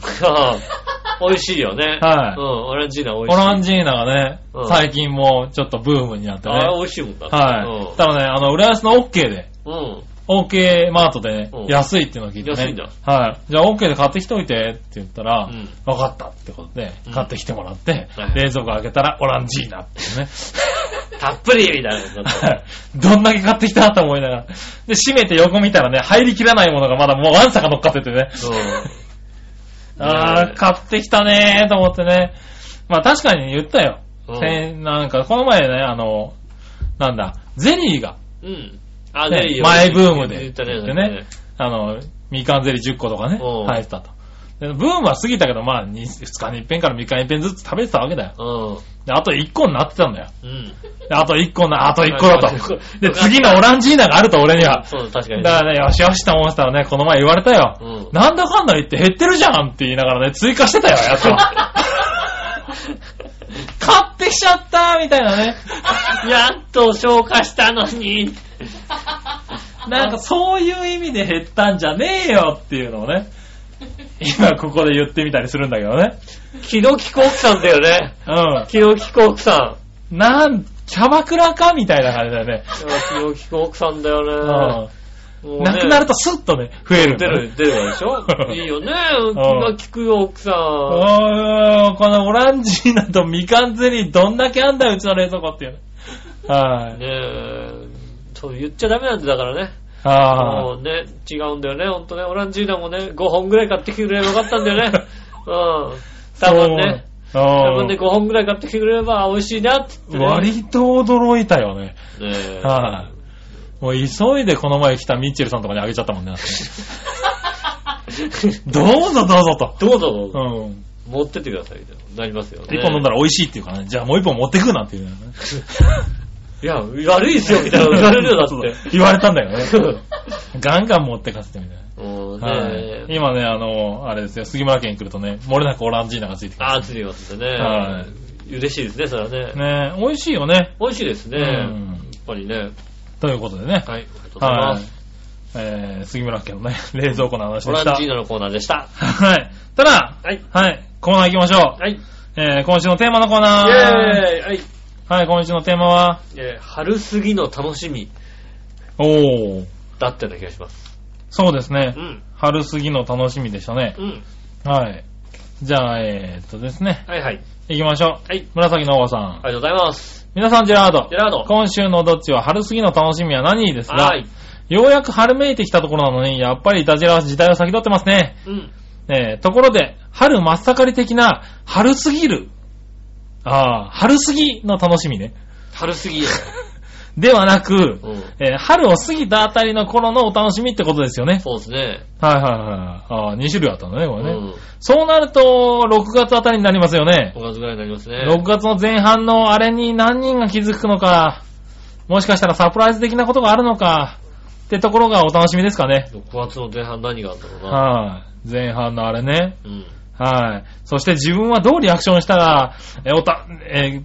美味しいよね。
はい
うん、オランジーナ美
オ
味しい。
ランジーナがね
う、ん
最近もうちょっとブームになってね。
あれ美味しいもんだ。
はい。ただね、あの、浦安の OK で、
うん。
OK マートでね
うん、
安いっていうのを聞いてね。
安いんだ
はい。じゃあ OK で買ってきておいてって言ったら、
うん
分かったってことで
うん、
買ってきてもらって、
はい
冷蔵庫開けたらオランジーナっていうね。
うん。たっぷりみたいなのだった。
はいどんだけ買ってきたと思いながら。で、閉めて横見たらね、入りきらないものがまだもうワンサが乗っかっててね。
うん。
あ
ね
ー、買ってきたねーと思ってね。まあ確かに言ったよ。
うん
せんなんか、この前ね、あの、なんだ、ゼリーが、
うん。あ、
ね
ね、いいよ
マイブームで
言ったね。
言ってねあの、みかんゼリー10個とかね、
うん
入ってたと。でブームは過ぎたけど、まあ2、二日に一遍から3日に一遍ずつ食べてたわけだよ。
うん。
であと1個になってたんだよ。
うん。
であと1個な、あと1個だ
あと
と
一。個
で、次のオランジーナがあると、俺には。
そうだ、確かに。
だからね、よしよしと思ってたらね、この前言われたよ。
うん
なんだかんだ言って減ってるじゃんって言いながらね、追加してたよ、やつ は。買ってきちゃったみたいなね。
やっと消化したのに。
なんかそういう意味で減ったんじゃねえよっていうのをね、今ここで言ってみたりするんだけどね。
気の利く奥さんだよね。
う
気の利く奥さん。
ん。なん、キャバクラかみたいな感じだよね。
気の利く奥さんだよね。
う。
もうんね
なくなるとスッとね、増えるん
出
だね。
る、出るわでし ょいいよね。気が利くよ、奥さ。
うんーんこのオランジーナとみかんゼリーどんだけあんだよ、うちの冷蔵庫っていうね。はい。
ねえ、そう言っちゃダメなんだからね。
あ
もうね、違うんだよね、ほんとね。オランジーナもね、5本ぐらい買ってきてくれればよかったんだよね。うん。多分ね。
う
自
あ
分で5本ぐらい買ってきてくれれば美味しいなって言って、ね。
割と驚いたよね。
ねえ
はい、もう急いでこの前来たミッチェルさんとかにあげちゃったも んね。どうぞどうぞと。
どうぞどう
う
ぞ、
ん。
持ってってくださいみたいになりますよね。
一本飲んだら美味しいっていうからね。じゃあもう一本持ってくなっていうね。
いや、悪いですよみ たいな言われるよだ
そう
っ
そう言われたんだよね。
て。
ガンガン持ってかせてみたいな。
もうね、
はい。今ね、あの、あれですよ、杉村家に来るとね、漏れなくオランジーナがついてくる。
あーついてますんでね、
は
嬉しいですね、それはね。
ね美味しいよね。
美味しいですね、
う
やっ
ん。
ぱりね。
ということでね。
はい、ありがとうございま
はい
す。。
えー、杉村家のね、 冷蔵庫の話
オ
でし
ラン
た
ジ。ーナのコーナーでした。
はい。ただ、
はい。
はい、コーナー行きましょう。
はい。イ
えー、今週のテーマのコー
ェー
ナー。
イはい。
はい、今週のテーマは、
えー春過ぎの楽しみ
おー、
だったような気がします。
そうですね
う。ん。
春過ぎの楽しみでしたね。
うん。
はい。じゃあ、えー、っとですね、
はいはい。
行きましょう。
はい。
紫のおばさん。
ありがとうございます。
皆さん、ジェラード
ジェ。ラード。
今週のどっちは春過ぎの楽しみは何ですが、
はい。
ようやく春めいてきたところなのに、やっぱりいたじらは時代を先取ってますね。
うん。
えー、ところで、春真っ盛り的な、春すぎる。ああ、春すぎの楽しみね。
春過 ぎよ。
ではなく、
うん。
えー春を過ぎたあたりの頃のお楽しみってことですよね。
そうですね。
はいはいはい。ああ、2種類あったんだね、こ
う
れね。
ん。
そうなると、6月あたりになりますよね。
5月ぐらいになりますね。
6月の前半のあれに何人が気づくのか、もしかしたらサプライズ的なことがあるのか、ってところがお楽しみですかね。
6月の前半何があったのかな。
はい、前半のあれね。
うん。
はい、そして自分はどうリアクションしたら、え、おた、え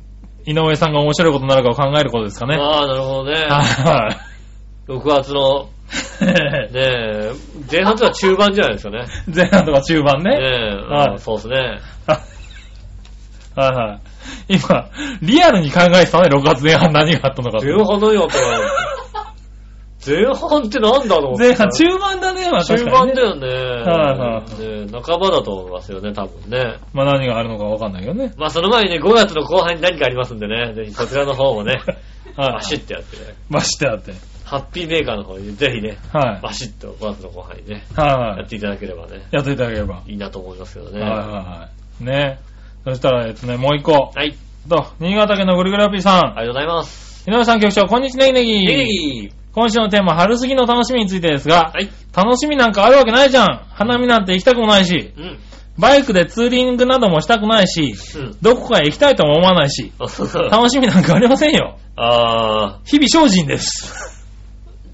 ー、井上さんが面白いことになるかを考えることですかね。
ああ、なるほどね。
はい、
6月の、ねえ、前半とは中盤じゃないですかね。
前半とか中盤
ね
ね。
え、
はい
うんそうですね。
はいはい。今、リアルに考えてたね、6月前半何があったのかって
前半何やったの前半ってなんだろう
前半、中盤だね、まあ確
中
かに、
盤
ね。
だよね。
はいはい
ねえ半ばだと思いますよね、多分ね。
まあ何があるのかわかんないけどね。
まあその前にね、5月の後半に何かありますんでね、ぜひそちらの方もね、
はい。
バシッとやってね、
ましてあって。
ハッピーメーカーの方にぜひね、
は
バシッと5月の後半にね、
い。は
やっていただければね、
い。やっていただければ。はい
いなと思いますけど
い
ね。
はいはい。ね。そしたら、えっとね、もう一個。
はい、
と、新潟県のぐるぐるアピーさん。
ありがとうございます。
井上さん局長、こんにちは、ネギ
ネギ
ネ
ネ
ギ。
ギ
今週のテーマ、春過ぎの楽しみについてですが
は、い、
楽しみなんかあるわけないじゃん。花見なんて行きたくもないし、
うん、
バイクでツーリングなどもしたくないし、
うん。
どこかへ行きたいとも思わないし、楽しみなんかありませんよ。
あー、
日々精 進です。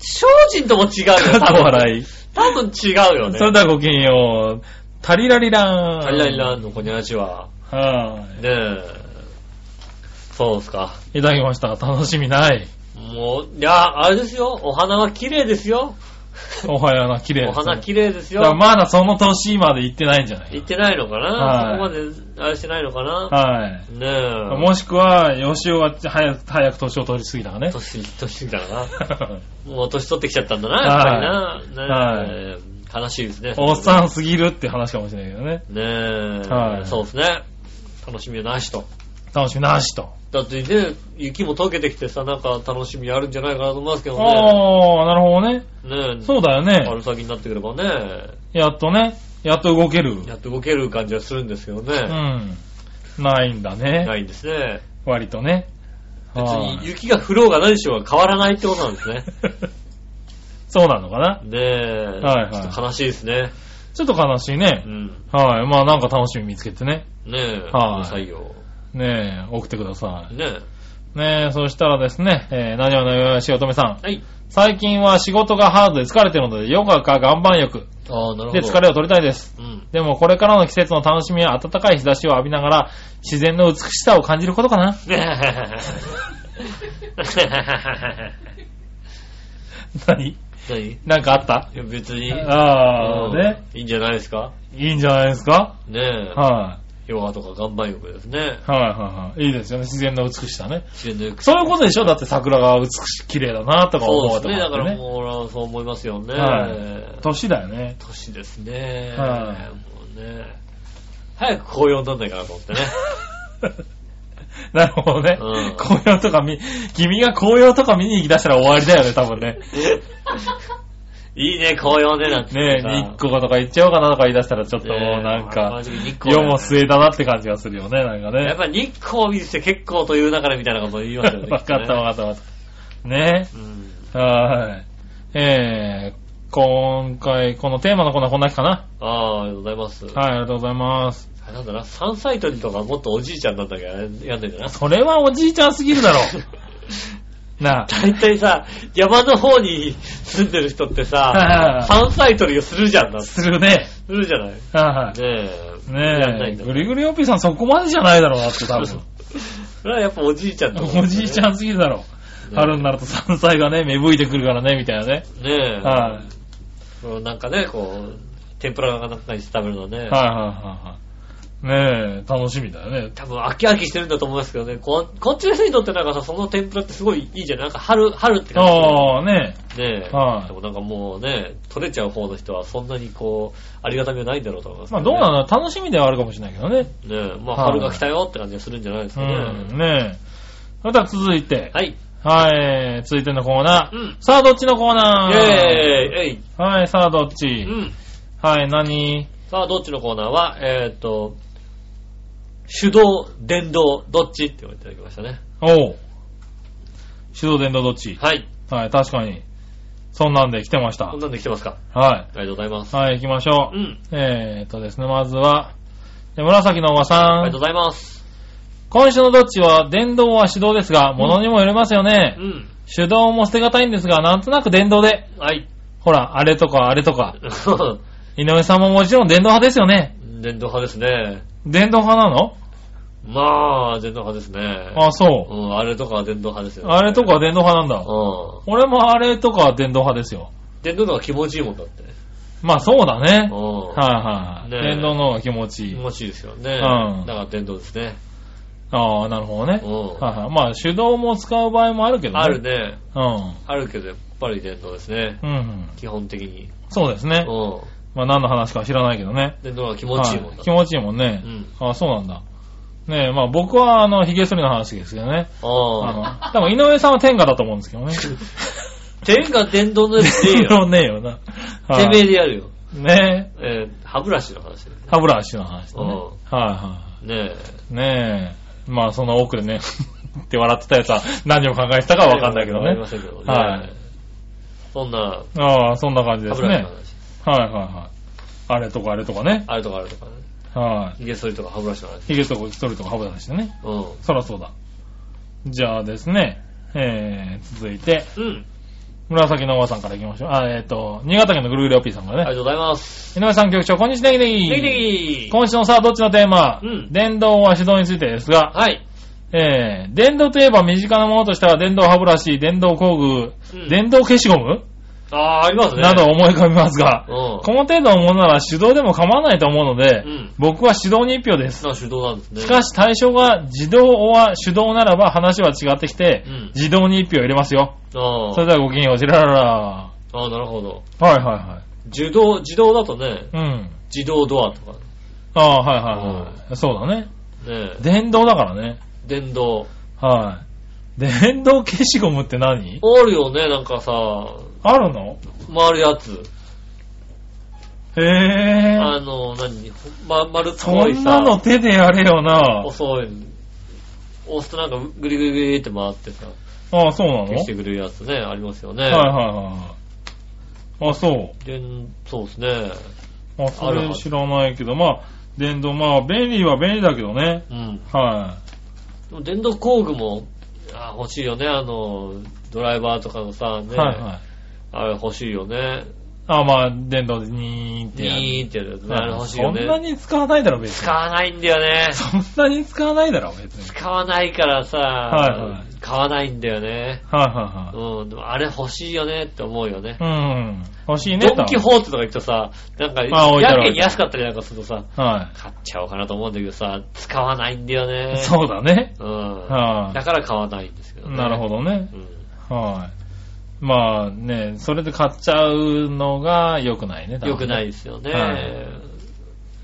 精進とも違うよ、
かっこ 笑い。
多分違うよね。
それではごきげんよう。タリラリラーン。
タリラリランのこにゃらちは。
は
ねえ。そうですか。
い。いただきました。楽しみない。
もう、いや、あれですよ。お花は綺麗ですよ。
おはような、綺麗
お
ですね
花綺麗です
だから
よ。
まだその年まで行ってないんじゃない
行ってないのかな、
は
そこまで、あれしてないのかな
はい。
ねえ。
もしくは、吉尾が早く、早く年を取りすぎたかね。
年、年だからな。 もう年取ってきちゃったんだな、やっぱりな。ねえ、悲しいですね。
おっさんすぎるって話かもしれないけどね。
ねえ、
はい
そうですね。楽しみはなしと。
楽しみなしと。
だってね、雪も溶けてきてさ、なんか楽しみあるんじゃないかなと思いますけどね。
ああ、なるほどね。
ねえ、
そうだよね。
春先になってくればね、
やっとね、やっと動ける。
やっと動ける感じはするんですけど
う
ね。
ん。ないんだね。
ないんですね。
割とね。
別
は
に
い
雪が降ろうが何しようが変わらないってことなんですね。
そうなのかな。
ねえ、
はいはい
ちょっと悲しいですね。
ちょっと悲しいうね。
ん。
はい。まあなんか楽しみ見つけてね。
ねえ、
はい
採用。
ねえ、送ってくださ
ね
い。ねえ、そしたらですね、えー、何をのよしおとめさん
え。。はい。
最近は仕事がハードで疲れてるので、ヨガか岩盤浴
ああ、なるほど。
で疲れを取りたいです。
うん。
でもこれからの季節の楽しみは暖かい日差しを浴びながら、自然の美しさを感じることかな。 何
何い
なんかあった
や別に。
ああ、ね。
うんいいんじゃないですか
いいんじゃないですか
ねえ。
は
ヨガとか岩盤浴ですね
い。。はいはいはい。いいですよね。自然の美しさね。
自然の浴
そういうことでしょだって桜が美しい、綺麗だなとか思う
そう
と
で
か
すね。だ
あっ
か
て
ら
ね。
もう俺はそう思いますよね。
はい年だよね。
年ですね。
は
もうね。早く紅葉になんないかなと思って ね。
なるほどね。
うん
紅葉とか見、君が紅葉とか見に行き出したら終わりだよね、多分ね。
いいね、紅葉ね、なんて
ねえ、
さ
日光とか行っちゃおうかなとか言い出したらちょっともうなん
ねえ
か
マジ、で日光だ
世
よね
も末だなって感じがするよね、なんか
や
ね
っ。ぱ日光を見て結構という流れみたいなことを言いますよね。
わかったわかったわかった。ね
うん。
え。はーい。えー、今回、このテーマのコーナーこんな日かな。
ああ、ありがとうございます。
はい、ありがとうございます。
あなんだな、山菜採りとかもっとおじいちゃんなんだけど、やんでんだな。
それはおじいちゃんすぎる だろ。なあ。
大体さ、山の方に住んでる人って さ、
は
山菜採りをするじゃんだって。
するね。
するじゃないね
は
え。
い
やん
は
ない
い。
ん
ねえ。
だ
ぐりぐりおっぴーさんそこまでじゃないだろうなって 多
そう
分。
それはやっぱおじいちゃんだもね
おじいちゃんすぎるだろ。春になると 山菜がね、芽吹いてくるからね、みたいなね。
ねえ。
は
そうなんかね、こう、天ぷらがなんかにして食べるのね。
い。はいはいはいはい。ねえ、楽しみだよね。
多分飽き飽きしてるんだと思いますけどね。ここっちの人にとってなんかさ、その天ぷらってすごいいいじゃん。なんか春、春って感じ。
ああ、ね
ねえ、
はい
でもなんかもうね、取れちゃう方の人はそんなにこう、ありがたみはないんだろうと思います、
まあどうなの楽しみではあるかもしれないけどね。
のねえ、まあ
はい
春が来たよって感じがするんじゃないです
う
かね。
ん、ねえ。それでは続いて。
はい。
はい、続いてのコーナー。
うん
さあ、どっちのコ
イ
ー
ェ
ナ
ー
ー
イえい
はい、さあ、どっち、
うん。
はい、何
さあ、どっちのコーナーは、えーっと、手動、電動、どっちって言われていただきましたね。
おう。手動電動どっち
はい。
はい、確かに。そんなんで来てました
こん。なんで来てますか
は
ありがとうございます。
い。はい、行きましょ
う
う。
ん。
えーっとですね、まずは、え紫のおば
あ
さ
りが
ん
とう。ございます。
今週のどっちは、電動は手動ですが、物にもよりますよね。
うん。
手動も捨てがたいんですが、なんとなく電動で。
はい。
ほら、あれとかあれとか。井上さんももちろん電動派ですよね。
電動派ですね。
電動派なの
まあ、電動派ですね。
あ、そうう。
ん、あれとかは電動派ですよ、ね。
あれとかは電動派なんだ。
う
俺もあれとかは電動派ですよ。
ん。電動の方が気持ちいいもんだって。
まあそうだね
う。
はい、
ん。
はい、
ねえ
電動の方が気持ちい
気
い。
持ちいいですよね。
うん
だから電動ですね。
ああ、なるほどね。
うん
はい、はい、まあ手動も使う場合もあるけどね。
ある。ね。
うん。
あるけど、やっぱり電動ですね。
うん、うん。
基本的に。
そうですね。
うん。
まあ何の話かは知らないけどね。
電動の方が気持ちいいもん
は
だって。
気持ちいいもんね。あそうなんだ。ねえ、まあ僕はあの、髭剃りの話ですけどね。
うん。 ああ。
あの、多分井上さんは天下だと思うんですけどね。
天が電動のやつでいいよ。
電 動ねえよな。は
て
い
めえでやるよ。
ね
えー歯ブラシの話だよね
え、歯ブラシの話だね。
うん
はいは
ね
い。ねえ、まあその奥でね、 って笑ってたやつは何を考えてた
え。
かわかんないけど
わかり
ね
ま。せんけどね。
はい
そんな、
ああ、そんな感じで
歯
す
ブ
ね。
ラ
はい
シの
はい
話。
はい。あれとかあれとかね。
あれとかあれとかね。
は
髭剃りとか歯ブラシの話。
い。髭とか剃るとか歯ブラシでね。
う
そらそうだ。じゃあですね、えー、続いて、
ん。うん。
紫のおばさんから行きましょう。あ、えっ、と、新潟県のぐるぐるおっぴーさんか
あり
ら
が
ね。
とうございます。
井上さん局長、こんにちは、ネギネギ。
ネギネギ
今週のさあ、どっちのテーマ、
うん
電動は手動についてですが、
はい。
えー、電動といえば身近なものとしては電動歯ブラシ、電動工具、
うん
電動消しゴム、
ああ、ありますね。
などを思い浮かびますが、
うん。
この程度のものなら手動でも構わないと思うので、
うん
僕は手動に一票です。
な手動なんですね。
しかし対象が自動は手動ならば話は違ってきて、
うん
自動に一票入れますよ。
あ
それ
ー
ではごきげんよう、ジラララ。
あー、なるほど。
はいは
自動、自動だとね、
いはい。うん。
自動ドアとか、ね
ああ、はいはいはい。そうだね。
え、
電動だからね。
電動。
はい。電動消しゴムって何
あるよね、なんかさ、
あるの
回るやつ。
へえ。
あの、何、ま、丸っ
そ
こい
んな
さ、
の手でやれよな。
細い、押すとなんかグリグリグリって回ってさ、
ああ、そうなのはい
消してくれるやつね、ありますよね。
はいはい。あ、そ
電そうですね。
う。あ、そ
ある
れ
はず
知らないけど、まあ、電動、まあ、便利は便利だけどね。
うん。
は
でも電動工具も、あー欲しいよね、あの、ドライバーとかのさ、
い。
ね、
はいはい。
あれ欲しいよね。
あ、まあ、電動でニーってやる。
ニーってやるやつね。
はい
あれ欲しいよね。
そんなに使わないだろ、別に。
使わないんだよね。
そんなに使わないだろ、別に。
使わないからさ、
いはい
買わないんだよね。
はいはいはい。
うん、でもあれ欲しいよねって思うよね。
うん。欲しいね。
ドン・キ
多
ホーテとか行くとさ、なんか、
あ置いてあ
や
る
けに安かったりなんかするとさ、
分は
買っちゃおうかなと思うんだけどさ、使わないんだよね。
い。そうだね。
う。ん。
はい
だから買わないんですけどね。
なるほどね。
うん。
はい。まあね、それで買っちゃうのが良くないね。多分ね
良くないですよね。
はい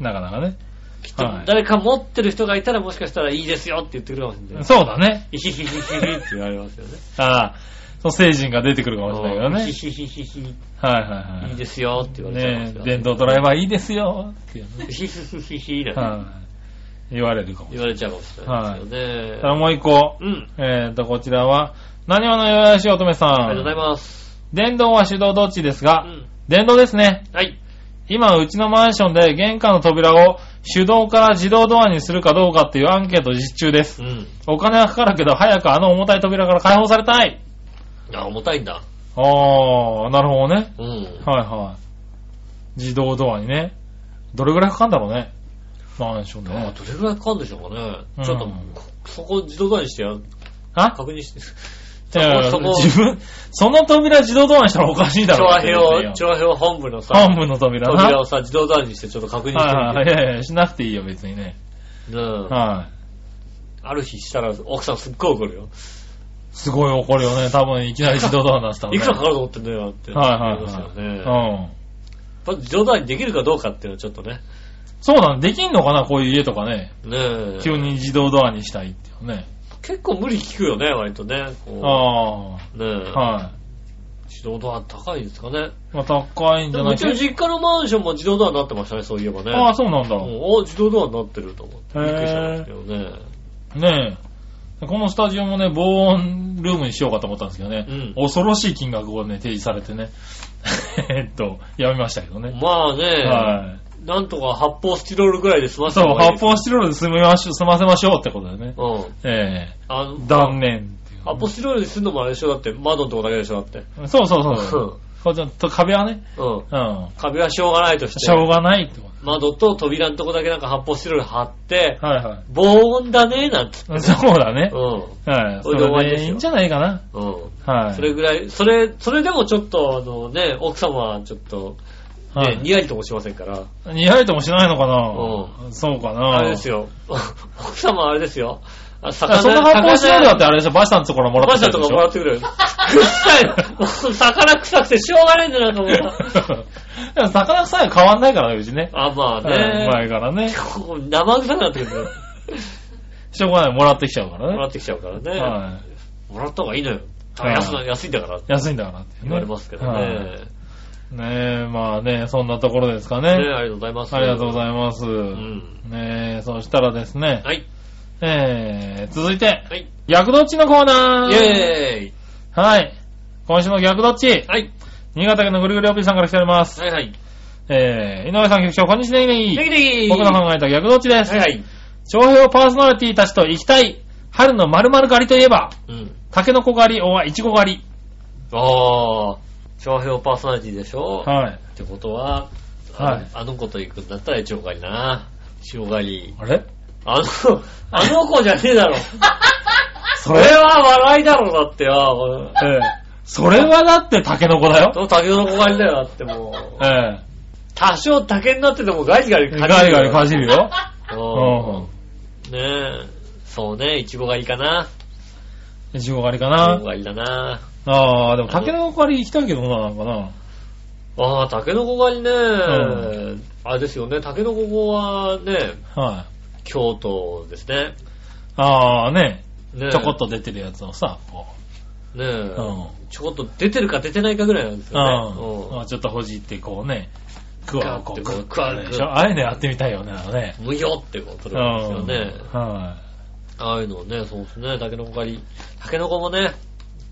なかなかね。
きっと
はい
誰か持ってる人がいたらもしかしたらいいですよって言ってくるかもしれない。
そうだね。
ヒヒヒヒヒって言われますよね。
ああ、の聖人が出てくるかもしれないけどね
ヒ。ヒヒヒヒ、
はいはいはい
い
い。
ですよって言われちゃいま
ね
す
え
よ。
電動ドライバーいいですよっていうね
ヒヒヒヒヒだね
はい。言われるかも。
言われちゃうかもしれないですよね。
ただもう一個。
うん。
えーと、こちらは、何話のよやしおとめさん。
ありがとうございます。
電動は手動どっちです
う
が、
ん。
電動ですね。
はい。
今、うちのマンションで玄関の扉を手動から自動ドアにするかどうかっていうアンケート実中です。
うん。
お金はかかるけど、早くあの重たい扉から解放されたい。
あ、重たいんだ。
あー、なるほどね。
うん。
はいはい。自動ドアにね。どれぐらいかかんだろうね。マンションで
あ
ね。
どれぐらいかかるんでしょうかね。
うん
ちょっと、こそこ自動ドアにしてや
あ
確認して。
いやいや
そこ
自分、その扉自動ドアにしたらおかしいだ
調
ろう
和
って
表
言うんだよ。、
調和表本部のさ、
半分の扉な。
扉をさ、自動ドアにしてちょっと確認して
はいは
み
い。い
て。
やいや、しなくていいよ、別にね。
うん。
はい。
ある日したら奥さんすっごい怒るよ。
すごい怒るよね。多分、いきなり自動ドアになってたのね
いくらかかると思ってんだよって。
はいはいはい
思いますよね。やっ
うん。
ぱ自動ドアにできるかどうかっていうのはちょっとね。
そうなんできんのかな、こういう家とかね。
ねえ。
急に自動ドアにしたいっていうね。
結構無理聞くよね、割とね。こ
あ
うねえ
あ。。は
自動ドア高いですかね。
い。まあ、高いんじ
でも
ゃな
う
い
ちの実家のマンションも自動ドアになってましたね、そういえばね。
ああ、そうなんだ。
うんお自動ドアになってると思って。
へ
び
え
っくりしたんですけどね。
ねえ。このスタジオもね、防音ルームにしようかと思ったんですけどね。
うん
恐ろしい金額をね、提示されてね。 えっと、やめましたけどね。
まあね、
は
なんとか発泡スチロールぐらいで済ま
い。
せ
そ
た
う
方、がいいで
発
すよ。
泡スチロールで済みましょ済ませましょうってことでね。
うん。
え
あ
え
の、
断念っていう
発泡スチロールにするのもあれでしょだって、窓のとこだけでしょだって。
そうそうそうそう。こうちょっと壁はね、
うん。うん。
うん。
壁はしょうがないとして。
しょうがないってこ
窓と扉のとこだけなんか発泡スチロール貼って、
と。はいはい。
防音だね、なんつって。
そうだね
う。ん。
は
そ
い。そ
れで終わり
れ
です
で
よ
いいんじゃないかな。
うん。
はい。
それぐらい、それ、それでもちょっと、あのね、奥様はちょっと、ね、
はい
にやりともしませんから、
似合いともしないのかなそうかな
あれですよ、 奥様はあれですよ、あ
あ
魚、
その発泡スチロールだって
あ
あれでしょ、バシさんのところもら
バ
っ
シャ
てきた
とか
でし
もら
ょ
ってくる。臭いもう 魚臭くてしょうがないんだよ、なんかもう。
でも魚臭いは変わんないからね、うちね。
あ、まあ
うん前
ね。
からね。
こう生臭くなってくるね
しょうがない、もらってきちゃうか
もら
ら
ってきちゃうから
ね。
ね。
は
もらった方がいいのよ。
はい
安い安いんだからって
い。安いんだからってね。
言われますけど
はい
ね。
ねえ、まあね、そんなところですかね。
ねありがとうございます。
ありがとうご
い
ざいます。
ん
ねえ、そしたらですね、
はい。
えー、続いて、
はい。
逆どっちのコーナー
イェーイ
はい。今週の逆どっち
はい。
新潟県のぐるぐるおぴーさんから来ております。
はいはい。
えー、井上さん局長、こんにちは、ねぎね
ネギ
ぎ
ネギ
僕の考えた逆どっちです
は。いはい。
長平パーソナリティたちと行きたい。春の〇〇狩りといえば、
うん。
タケノコ狩り、おはいちご狩り。
ああ、長平パーソナリティでしょ
はい。
ってことは、あ
はい
あの子と行くんだったら一応狩りな。潮狩り。
あれ
あ の、あの子じゃねえだろ。そ
そ
れ
れ
は笑いだろ、だってよ。
ええそれはだってタケノコだよ。
その竹の子狩りだよ、だってもう。
え
多少竹になっててもガリガリ
え
狩
ガリガリか
じ
じるよ。
る
う
よ。うん。
ん
ねえ。そうね、イチゴ狩りかな。
いちご狩りか
イチゴ
な。
狩りだな。
ああ、でもタケノコ狩り行きたいけどな、なんかな。
ああ、タケノコ狩りね、
う
あれですよね、タケノコはね、
はい。
京都ですね。
ああ、ね、
ね
ちょこっと出てるやつをさ、こ
ねえ、
う。うん。
ちょこっと出てるか出てないかぐらいなんですよね。
うん。あちょっとほじってこうね、クワをこ
ガーッて
う、
こう
グッてやるでし
クワ
ょ。ああいうのやってみたいよね、あのね。
うん無用ってこと
うん。
なんですよね。
は
ああいうのをね、そうですね、タケノコ狩り。タケノコもね、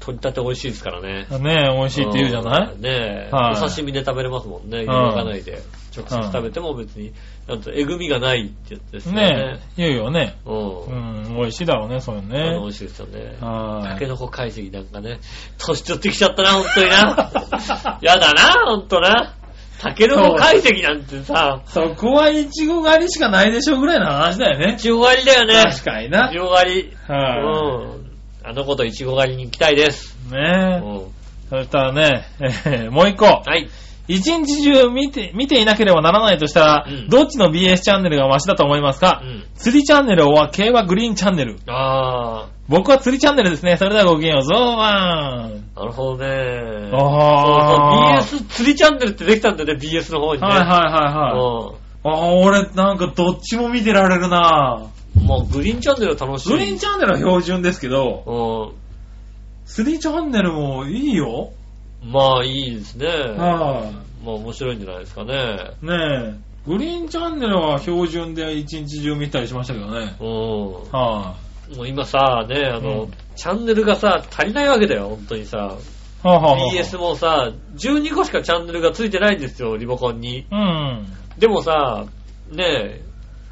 取り立て美味しいですからね。
い。ね美味しいって言うじゃない
んねえ、
はい
お刺身で食べれますもんね、
ん
湯かないで。直接食べても別に、なんとえぐみがないってやつですよね。
ね言うよね。
うん。
うん、美味しいだろうね、そういうの
あの美
ね。
味しいですよね。
は
タケ
い。
ノコ解析なんかね、年取ってきちゃったな、ほんとにな。 やだな、ほんとな。タケノコ解析なんてさ、
そこはイチゴ狩りしかないでしょぐらいの話だよね。
イチゴ狩りだよね。
確かにな
イチ。ゴ狩り。
は
うん。あの子とイチゴ狩りに行きたいです。
い。
う
ね
ん。
そしたらね、えーもう一個。
はい。
一日中見て、見ていなければならないとしたら、
うん
どっちの BS チャンネルがマシだと思います
う
か、
ん。
釣りチャンネルは競馬グリーンチャンネル。
あ
僕は釣りチャンネルですね。それではごきげんよう、ゾーワン。
ー、なるほどね。
あー
そうそう BS 釣りチャンネルってできたんだよね、BS の方にね。
はいはいはいはい。
い
ああ、俺なんかどっちも見てられるな
うん。もうグリーンチャンネルは楽しい。
グリーンチャンネルは標準ですけど、
うん。
3チャンネルもいいよ。
まあ、いいですね。
はい、
まあ、面白いんじゃないですかね。
ねえ。グリーンチャンネルは標準で一日中見たりしましたけどね。
うん。
は
もう今さ、ね、あの、
うん
チャンネルがさ、足りないわけだよ、本当にさ。
い、はあ、はあはあ
BS もさ、12個しかチャンネルがついてないんですよ、リモコンに。
うん。
でもさ、ねえ、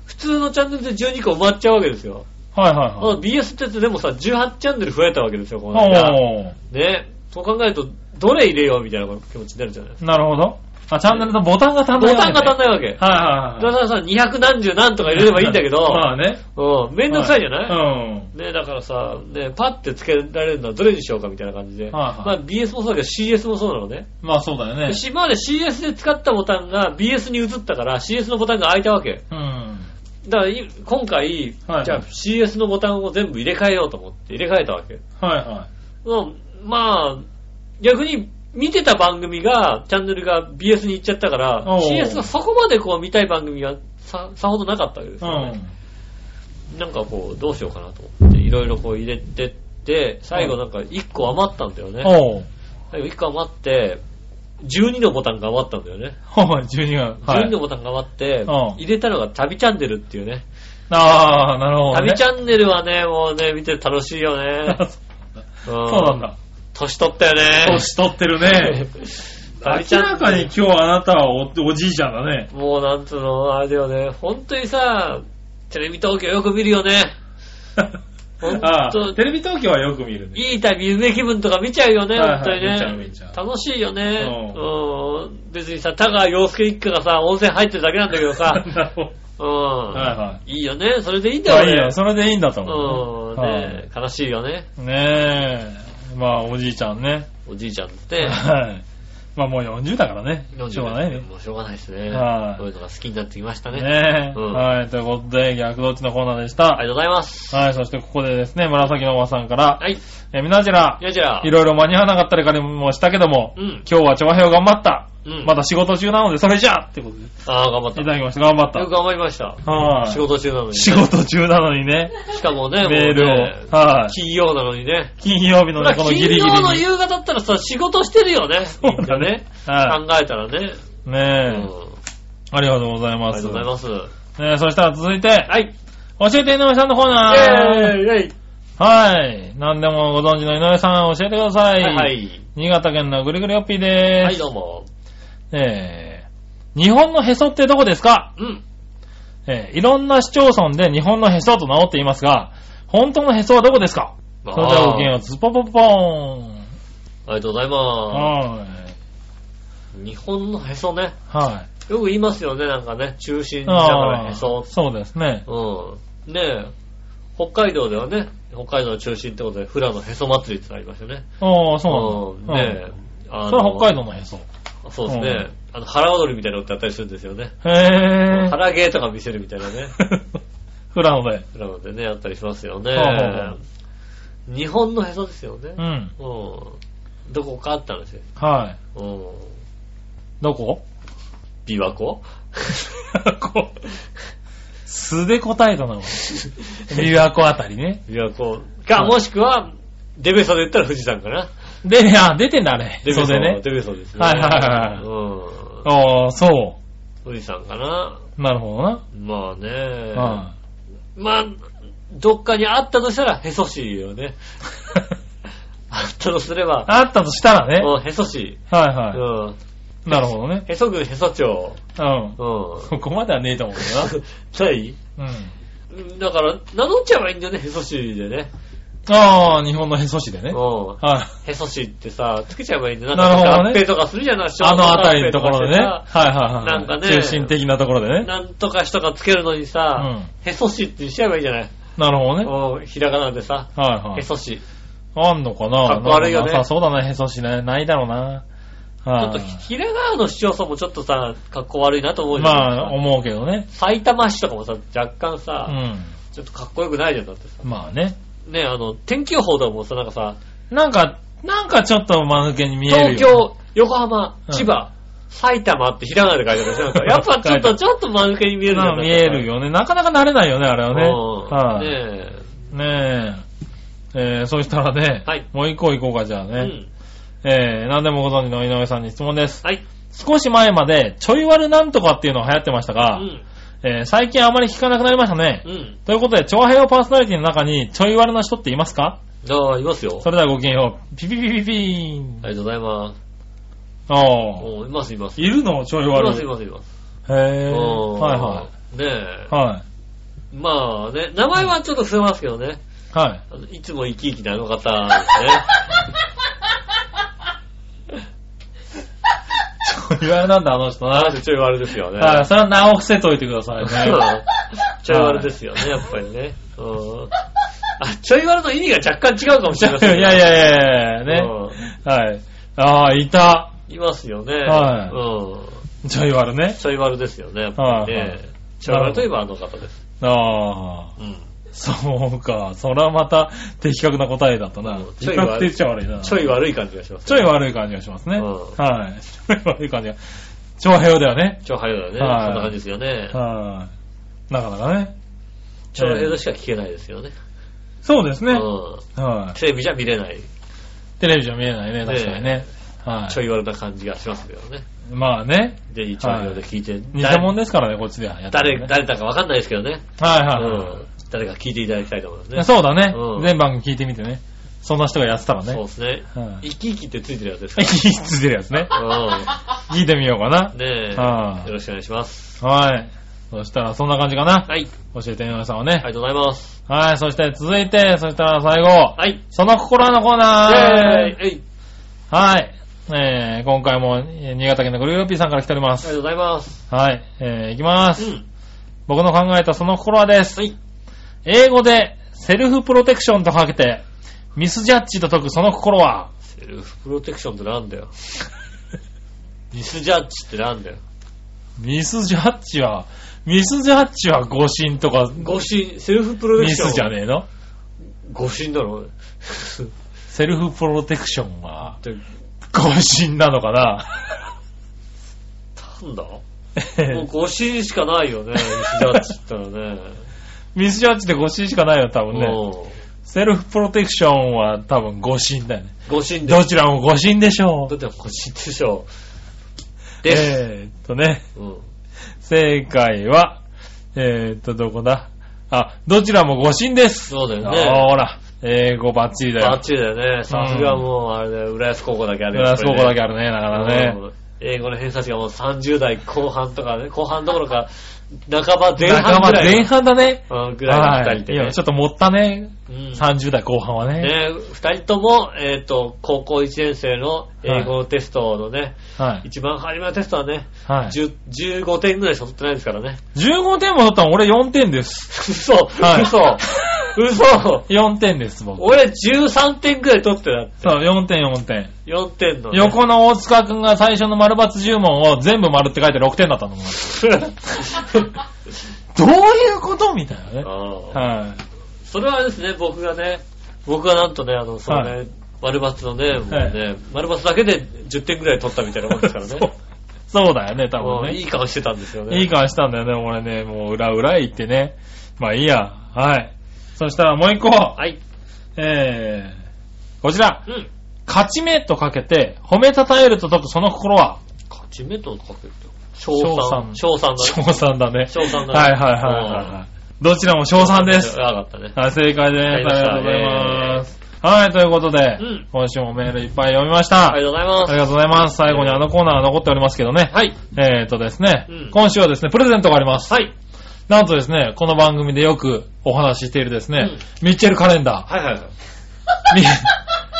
普通のチャンネルで12個埋まっちゃうわけですよ。
はいはい
ま
は
あ BS ってやつでもさ、18チャンネル増えたわけですよ、この間。
い。お
ねそう考えると、どれ入れようみたいな気持ちになるじゃないです
ーなるほど。あ、チャンネルのボタンが足
か。
んな
ボ
いわ
タ
け
ン
ね。
が足んないわけ。だ
はいはい
か
はい。
らさ、200何十何とか入れればいいんだけど、
まあね。
うん、めんどくさいじゃない、
は
ねだからさ、ねパッてつけられるのはどれにしようかみたいな感じで。
はい
ま
は
あ BS もそうだけど CS もそうなのね。
うん。まあそうだよね。
し今まで CS で使ったボタンが BS に移ったから CS のボタンが開いたわけ。
うん。
だからい今回、
はい
じゃあ CS のボタンを全部入れ替えようと思って入れ替えたわけ。
はいは
うんまあ、逆に見てた番組が、チャンネルが BS に行っちゃったから
お、う
CS がそこまでこう見たい番組がささほどなかったわけですよ
い。う
ね。
ん。
なんかこう、どうしようかなと思って、いろいろこう入れてって、最後なんか1個余ったんだよね。
おう。
最後1個余って、12のボタンが余ったんだよね。
はい、12月。 は
12
い
の。ボタンが余って、
うん
入れたのが旅チャンネルっていうね。
ああ、なるほど、ね。
旅チャンネルはね、もうね、見てて楽しいよ ね。
あ
そ
そうなん。だ。
年取ったよね。
年取ってるね。
旅チ
明
ャン
らかに今日あなたはおおじいちゃんだね。
もうなんつうの、あれだよね、本当にさ、テレビ東京よく見るよね。ほんと
ああテレビ東京はよく見るね。
いい旅、夢気分とか見ちゃうよね、
はいはい
本当にね。
見ちゃう見ちゃう
楽しいよね。
う
うん。別にさ、田川洋介一家がさ、温泉入ってるだけなんだけど さ、
なるほど
うん。
はいはい
いよね、それでいいんだ
まあ
よ
いい
ね。
よ、それでいいんだと
う
思う。
ん、ね悲しいよね、
はいねえ。まあ、おじいちゃんね。
おじいちゃんっ て。
はい。まあ、もう40だからね。
40
しょうがないね。
もうしょうがないですね。
はい
そういうのが好きになってきましたね。
ねえ。
うん
はい。ということで、逆どっちのコーナーでし
あり
た。
がとうございます。
はい。そして、ここでですね、紫のおばさんから、
はい。
えー、みなじら、
いやじゃあ
い、ろいろ間に合わなかったりかりもしたけども、
うん。
今日は調和表頑張った。
うん。
まだ仕事中なので、それじゃあってことで、い
ああ、頑張った。
た
よ
だきました。頑張っ
く
た。
頑張りました。
はい。
仕事中なのに。
仕事中なの にね、
しかもね、
メール
もうね
を。はい。
金曜なのにね。
金曜日のね、このギリギリ
金曜の
に。
夕方だったらさ、仕事してるよね。
そうだね。は
考えたらね。
い。
うん
ねえ。ありがとうござい
あり
ま
が
す。
とうございます。
ねえ、そしたら続いて、
はい。
教えて井上さんのコーナー。
イェーイ
はい。何でもご存知の井上さん、教えてください。
はいはい。
新潟県のぐりぐりよっぴーで
はい、
す。
どうも。
えー、日本のへそってどこですか
うん。
えー、いろんな市町村で日本のへそと名乗っていますが、本当のへそはどこですかそ
あー
れではごきげんよう、ズポポポポーン。
ありがとうございま
はい。
す。日本のへそね。
はい。
よく言いますよね、なんかね。中心だから
あ
へ
ー
そ。
そうですね。
うん。ねえ。北海道ではね、北海道の中心ってことで、フラのへそ祭りってのありましたよね。。
ああ、そううんなんだ。
ね
うん
え。あ
それは北海
道。
道のへそ。へ
そうですね。あの、腹踊りみたいなのってあったりするんですよね。
え。
腹芸とか見せるみたいなね。
フラノで。
なのでね、やったりしますよ
ほうほう
ね。日本のへそですよね
う。ん。
うん。どこかあったんですよ。
はい。
うん。
どこ
琵琶湖
こう素で答えたな、俺。琵琶湖あたりね。
琵琶湖か、もしくは、デベソで言ったら富士山かな。
で、あ、出てんだ、あれ。
デベソ
でね。
デベソですね。
はいはいはい
うん。
ああ、そ
富士山かな。
う。なるほどな。
まあね。
は
まあ、どっかにあったとしたら、へそ市よね。あったとすれば、
あったとしたらね。
うんへそ市。
はいうは
ん。
い。なるほどね。
へそ郡、へそ町。
うん。
う ん。
そこまではねえと思うけ
ない
どな。うん。
だから、名乗っちゃえばいいんだよね、へそ市でね。
ああ、日本のへそ市でね。はい。
うん。
あ
へそ市ってさ、つけちゃえばいいんだよ。
なるほどね
合併とかするじゃない、
のあたりのところでね。
小
は
学
いはいはい。
なんかね
中心的なところで
生とかしてさ
ね。
なんとかしとかつけるのに
う
さ、
ん。
へそ市ってしちゃえばいいじゃない。
なるほどね。
うん、ひらがなでさ、
はいは
へ
い。
そ市。ち
あんのかな
かっこ悪いよね
なんかなさそうだな、へそ市ね。ないだろうな。
ょ
は
っと
い。
ひらがなの市町村もちょっとさ、かっこ悪いなと思うじ
ま
ゃない
あ、思うけどね。
埼玉市とかもさ、若干
う
さ、
ん。
ちょっとかっこよくないじゃん、だってさ。
まあね。
ね、あの、天気予報とかもさ、なんかさ、
なんか、なんかちょっと間抜けに見えるよ。
東京、横浜、
うん
千葉、埼玉ってひらがなで書いてあるでしょなんかや っぱちょっと、ちょっと間抜けに見えるじゃ
なんんか見える。よね。なかなか慣れないよね、あれ
な
は
んか
ね。
さうん
はい。
ねえ。
ねえー、そしたらね、
はい
もう一個行こうか、じゃあね。
うん。
えー、何でもご存知の井上さんに質問です。
はい。
少し前まで、ちょい割るなんとかっていうのが流行ってました
う
が、
ん。
えー、最近あまり聞かなくなりましたね。
うん。
ということで、長平パーソナリティの中に、ちょい割るな人っていますか
じゃあ、いますよ。
それではごきげんよう。ピピピピピーン
あ。りがとうございます。
ああ。
おーいます、います。い
いるのちょい割
ます、い
る。
ます、います。
へえ。
おー
はいは
ねえ
い。。は
まあね、名前はちょっと伏せますけどね。
い。はい。
あのいつも生き生きなあの方ですね。
ちょい割るなん だ、あの人な。
あの人ちょい悪ですよね。
はい、それは名を伏せといてく ださいね。
うんちょい悪ですよね、やっぱりね。うんあ、ちょい悪の意味が若干違うかもしれま
い
せ
や
ん
い
ね
やいやいやね。
うん
はい。ああ、いた。
いますよね。
はい
うん
ちょい割るね。
ちょい悪ですよね、やっぱり
はいは
ね
い。
ちょい悪といえばあの方です。
ああ、
うん
そうか。それはまた的確な答えだったな
うん。
的確って言っちゃ悪いな。
ちょい悪い感じがします。
ちょい悪い感じがしますね。
うん
はい。 ちょい悪い感じが。長平だよね。
ちょい早いだよね。
はい
そんな感じですよね。
はい。なかなかね。
ちょい早でしか聞けないですよね。
そうです
う
ね。
ん
は
テレビじゃ見れない、
い。テレビじゃ見えないね、確かにね。は
ちょい悪な感じがしますけどね。
い。まあね。
で、一応で聞いて、
偽物ですからね、こっちではやってる
誰、
ね。
誰だかわかんないですけどね。
はいは
う
いはい。
ん。誰か聞いていただきたいと思いますね。
そうだね、
うん
全番組聞いてみてね。そんな人がやってたら
そう
ね
で。すね
は。い
生き生きってついてるやつですか
え、聞いてるやつね。
ら。
聞いてみようか
う
な。
ん。ね
は
え。
い
よろしくお願いします。
はい。そしたらそんな感じかな。
はい。
教えて井上さんは
あ
ね。
りがとうございます。
はい。そして続いて、そしたら最後。
はい。
その心のコーナ
え
ー。
ーい。
はい。えー、今回も、えー新潟県のグルーヨッピーさんから来ておりま
ありがと
す。
うございます。
はい。えー、いきます、
うん。
僕の考えたその心はです。
はい。
英語で、セルフプロテクションとかけて、ミスジャッジと解くその心は、
セルフプロテクションってなん だよ。ミスジャッジってなんだよ。
ミスジャッジは、ミスジャッジは誤信とか、
誤信、セルフプロテ
ミ
クション。
スじゃねえの
誤信だろ。
セルフプロテクションは、
で
誤信なのかな
なんだもう誤信しかないよね、ミスジャッジって言ったらね。
ミスジャッジって誤信しかないよ、多分ね。
も
セルフプロテクションは多分誤信だよね。
う、誤信で
どちらも誤信でしょ
だ
う。
ってもう誤信でしょ。です。
えーっとね、
うん。
正解は、えーっと、どこだあ、どちらも誤信です。
そうだよ
あ
ね。
ほら、英語バッチリだ
バッ
よ。
チリだよね。さすがもう、あれだよ、浦安高校だけあるよ。
あそこだけ
あ
あるね、だからね。。
英語の偏差値がもう30代後半とかね、後半どころか、半ば前
仲
半
間
ぐらい。
前半だね。
うんぐらいの二人で、ね。
はいいや、ちょっと持ったね。
うん
30代後半はね。
ね、二人とも、えっ、と、高校1年生の英語のテストのね、
はい。
一番初めのテストはね、
はい。
10 15点ぐらいしか取ってないですからね。
15点も取ったの俺4点です。
嘘、
はい
嘘、嘘。
4点です、僕。
俺13点ぐらい取ってたって。
そう、4点、4点。
4点の、ね。
横の大塚くんが最初の丸×10問を全部丸って書いて6点だったの。どういうことみたいなね。
あー
は
それはですね、僕がね、僕がなんとね、あの、そのね、
は
丸抜のね、もうね、
は
丸抜だけで10点ぐらい取ったみたいなもんですから
い。
ね
そ。うそうだよね、多
もう
分
いい
ね。
顔してたんですよね。
いい顔したんだよね、俺ね。もう裏裏へ行ってね。まあいいや。はい。そしたらもう一個。
はい。
えー、こちら。
うん。
勝ち目とかけて、褒めたたえると解くその心は、
勝ち目とかけると。賞
賞
賛。
賛
賞賛だね。
賞
賞賛
賛だね。
だね
はいはいはいはいはい。どちらも賞賛です。
わかったね。
はい、正解です。ありがとうござい
わかりま
ま
し
す。はい、ということで、
うん
今週もメールいっぱい読みました。
ありがとうござい
あ
ます
り。がとうございます。最後にあのコーナーが残っておりますけどね。
はい。
えーとですね、
うん
今週はですね、プレゼントがあります。
はい。
なんとですね、この番組でよくお話ししているですね、ミッチェルカレンダー。
はいはいはい。
ミ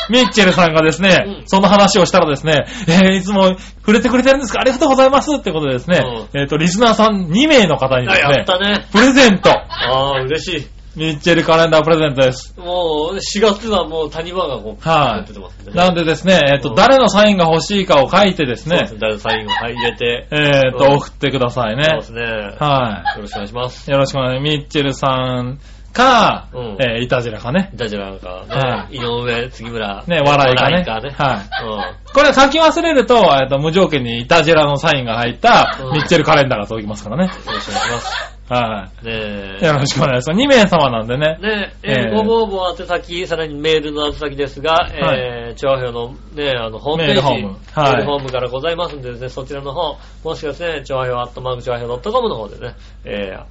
ミッチェルさんがですね、
うん
その話をしたらですね、えー、いつも触れてくれてるんですかありがとうございますってことでですね、えっ、と、リスナーさん2名の方にで
あ
す
や
ね
っ、たね。
プレゼント、
ああ、嬉し
ミッチェルカレンダープレゼントです。
い。もう、4月はもう谷間がこう、
はい
出てますんでね。
なんでですね、えっ、
う
と、
ん
誰のサインが欲しいかを書いてです
そうで
ね
す、ね。誰サインを入れて。
えっ、
うん
と、送ってくださいね
そうで。すね。よ
は
ろしくお願いします。
い。よろしくお願いします。ミッチェルさんか、
うん
えー、いたじらかね。
ダジャラなんか
は、
ね、井上、杉村。
ね、笑いかね。
笑いかね。
はい。これ書き忘れると、えっ、と、無条件にいたじらのサインが入った
うん
ミッチェルカレンダーが届きますからね。
うん。よろしくお願いします。
は
ね
い。よろしくお願いします。2名様なんでね。
ねえ、
ええ
ご応募宛先、さらにメールの宛先ですが、
はい
えー、調和表のね、あの、ホームページ、
メールホームはい
メールホームからございますんでですね、そちらの方、もしくはですね、調和表、アットマーク調和表 .com の方でね、えーえー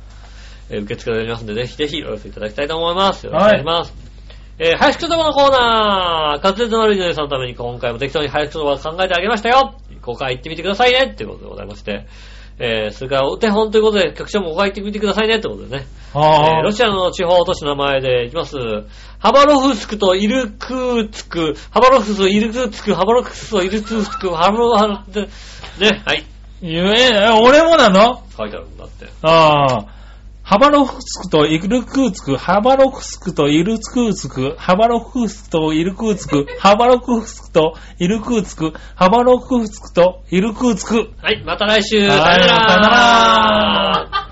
受け付けておりますんで、ぜひぜひお寄せいただきたいと思います。よろしくお願いします。えー、早口言葉のコーナー、滑舌の悪い女優さんのために今回も適当に早口言葉を考えてあげましたよ5回言ってみてくださいねっていうことでございまして、えー、それからお手本ということで、局長も5回言ってみてくださいねってことでね。えー
は
ロシアの地方都市の名前でいきます。ハバロフスクとイルクーツク、ハバロフスとイルクーツク、ハバロフスとイルクーツク、ハロハロって、ね、はい、
ゆえ、え俺もなの
書いてあるんだって。
ああ。ハバロフスクとイルクーツク、ハバロフスクとイルクーツク、ハバロフスクとイルクーツク、ハバロフスクとイルクーツク、ハバロフスクとイルクーツク。
はい、また来週
はいさよなら